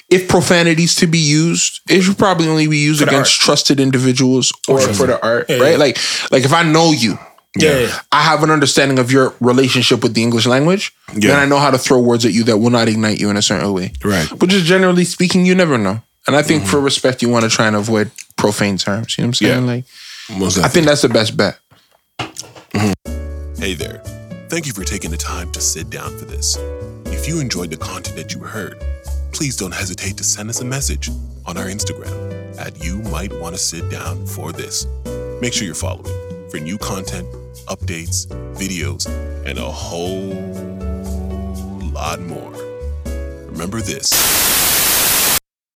Speaker 4: if profanity's to be used, it should probably only be used
Speaker 3: the
Speaker 4: against
Speaker 3: art.
Speaker 4: trusted individuals or for the art,
Speaker 3: Yeah,
Speaker 4: right?
Speaker 3: yeah.
Speaker 4: Like like if I know you,
Speaker 3: Yeah.
Speaker 4: I have an understanding of your relationship with the English language,
Speaker 2: Yeah.
Speaker 4: then I know how to throw words at you that will not ignite you in a certain way.
Speaker 2: Right.
Speaker 4: But just generally speaking, you never know. And I
Speaker 3: Mm-hmm.
Speaker 4: think for respect, you want to try and avoid profane terms. You know what I'm saying?
Speaker 2: Yeah.
Speaker 4: Like,
Speaker 2: Most
Speaker 4: I think that's the best bet.
Speaker 2: Hey there. Thank you for taking the time to sit down for this. If you enjoyed the content that you heard, please don't hesitate to send us a message on our Instagram at You Might Want to Sit Down for This. Make sure you're following for new content, updates, videos, and a whole lot more. Remember this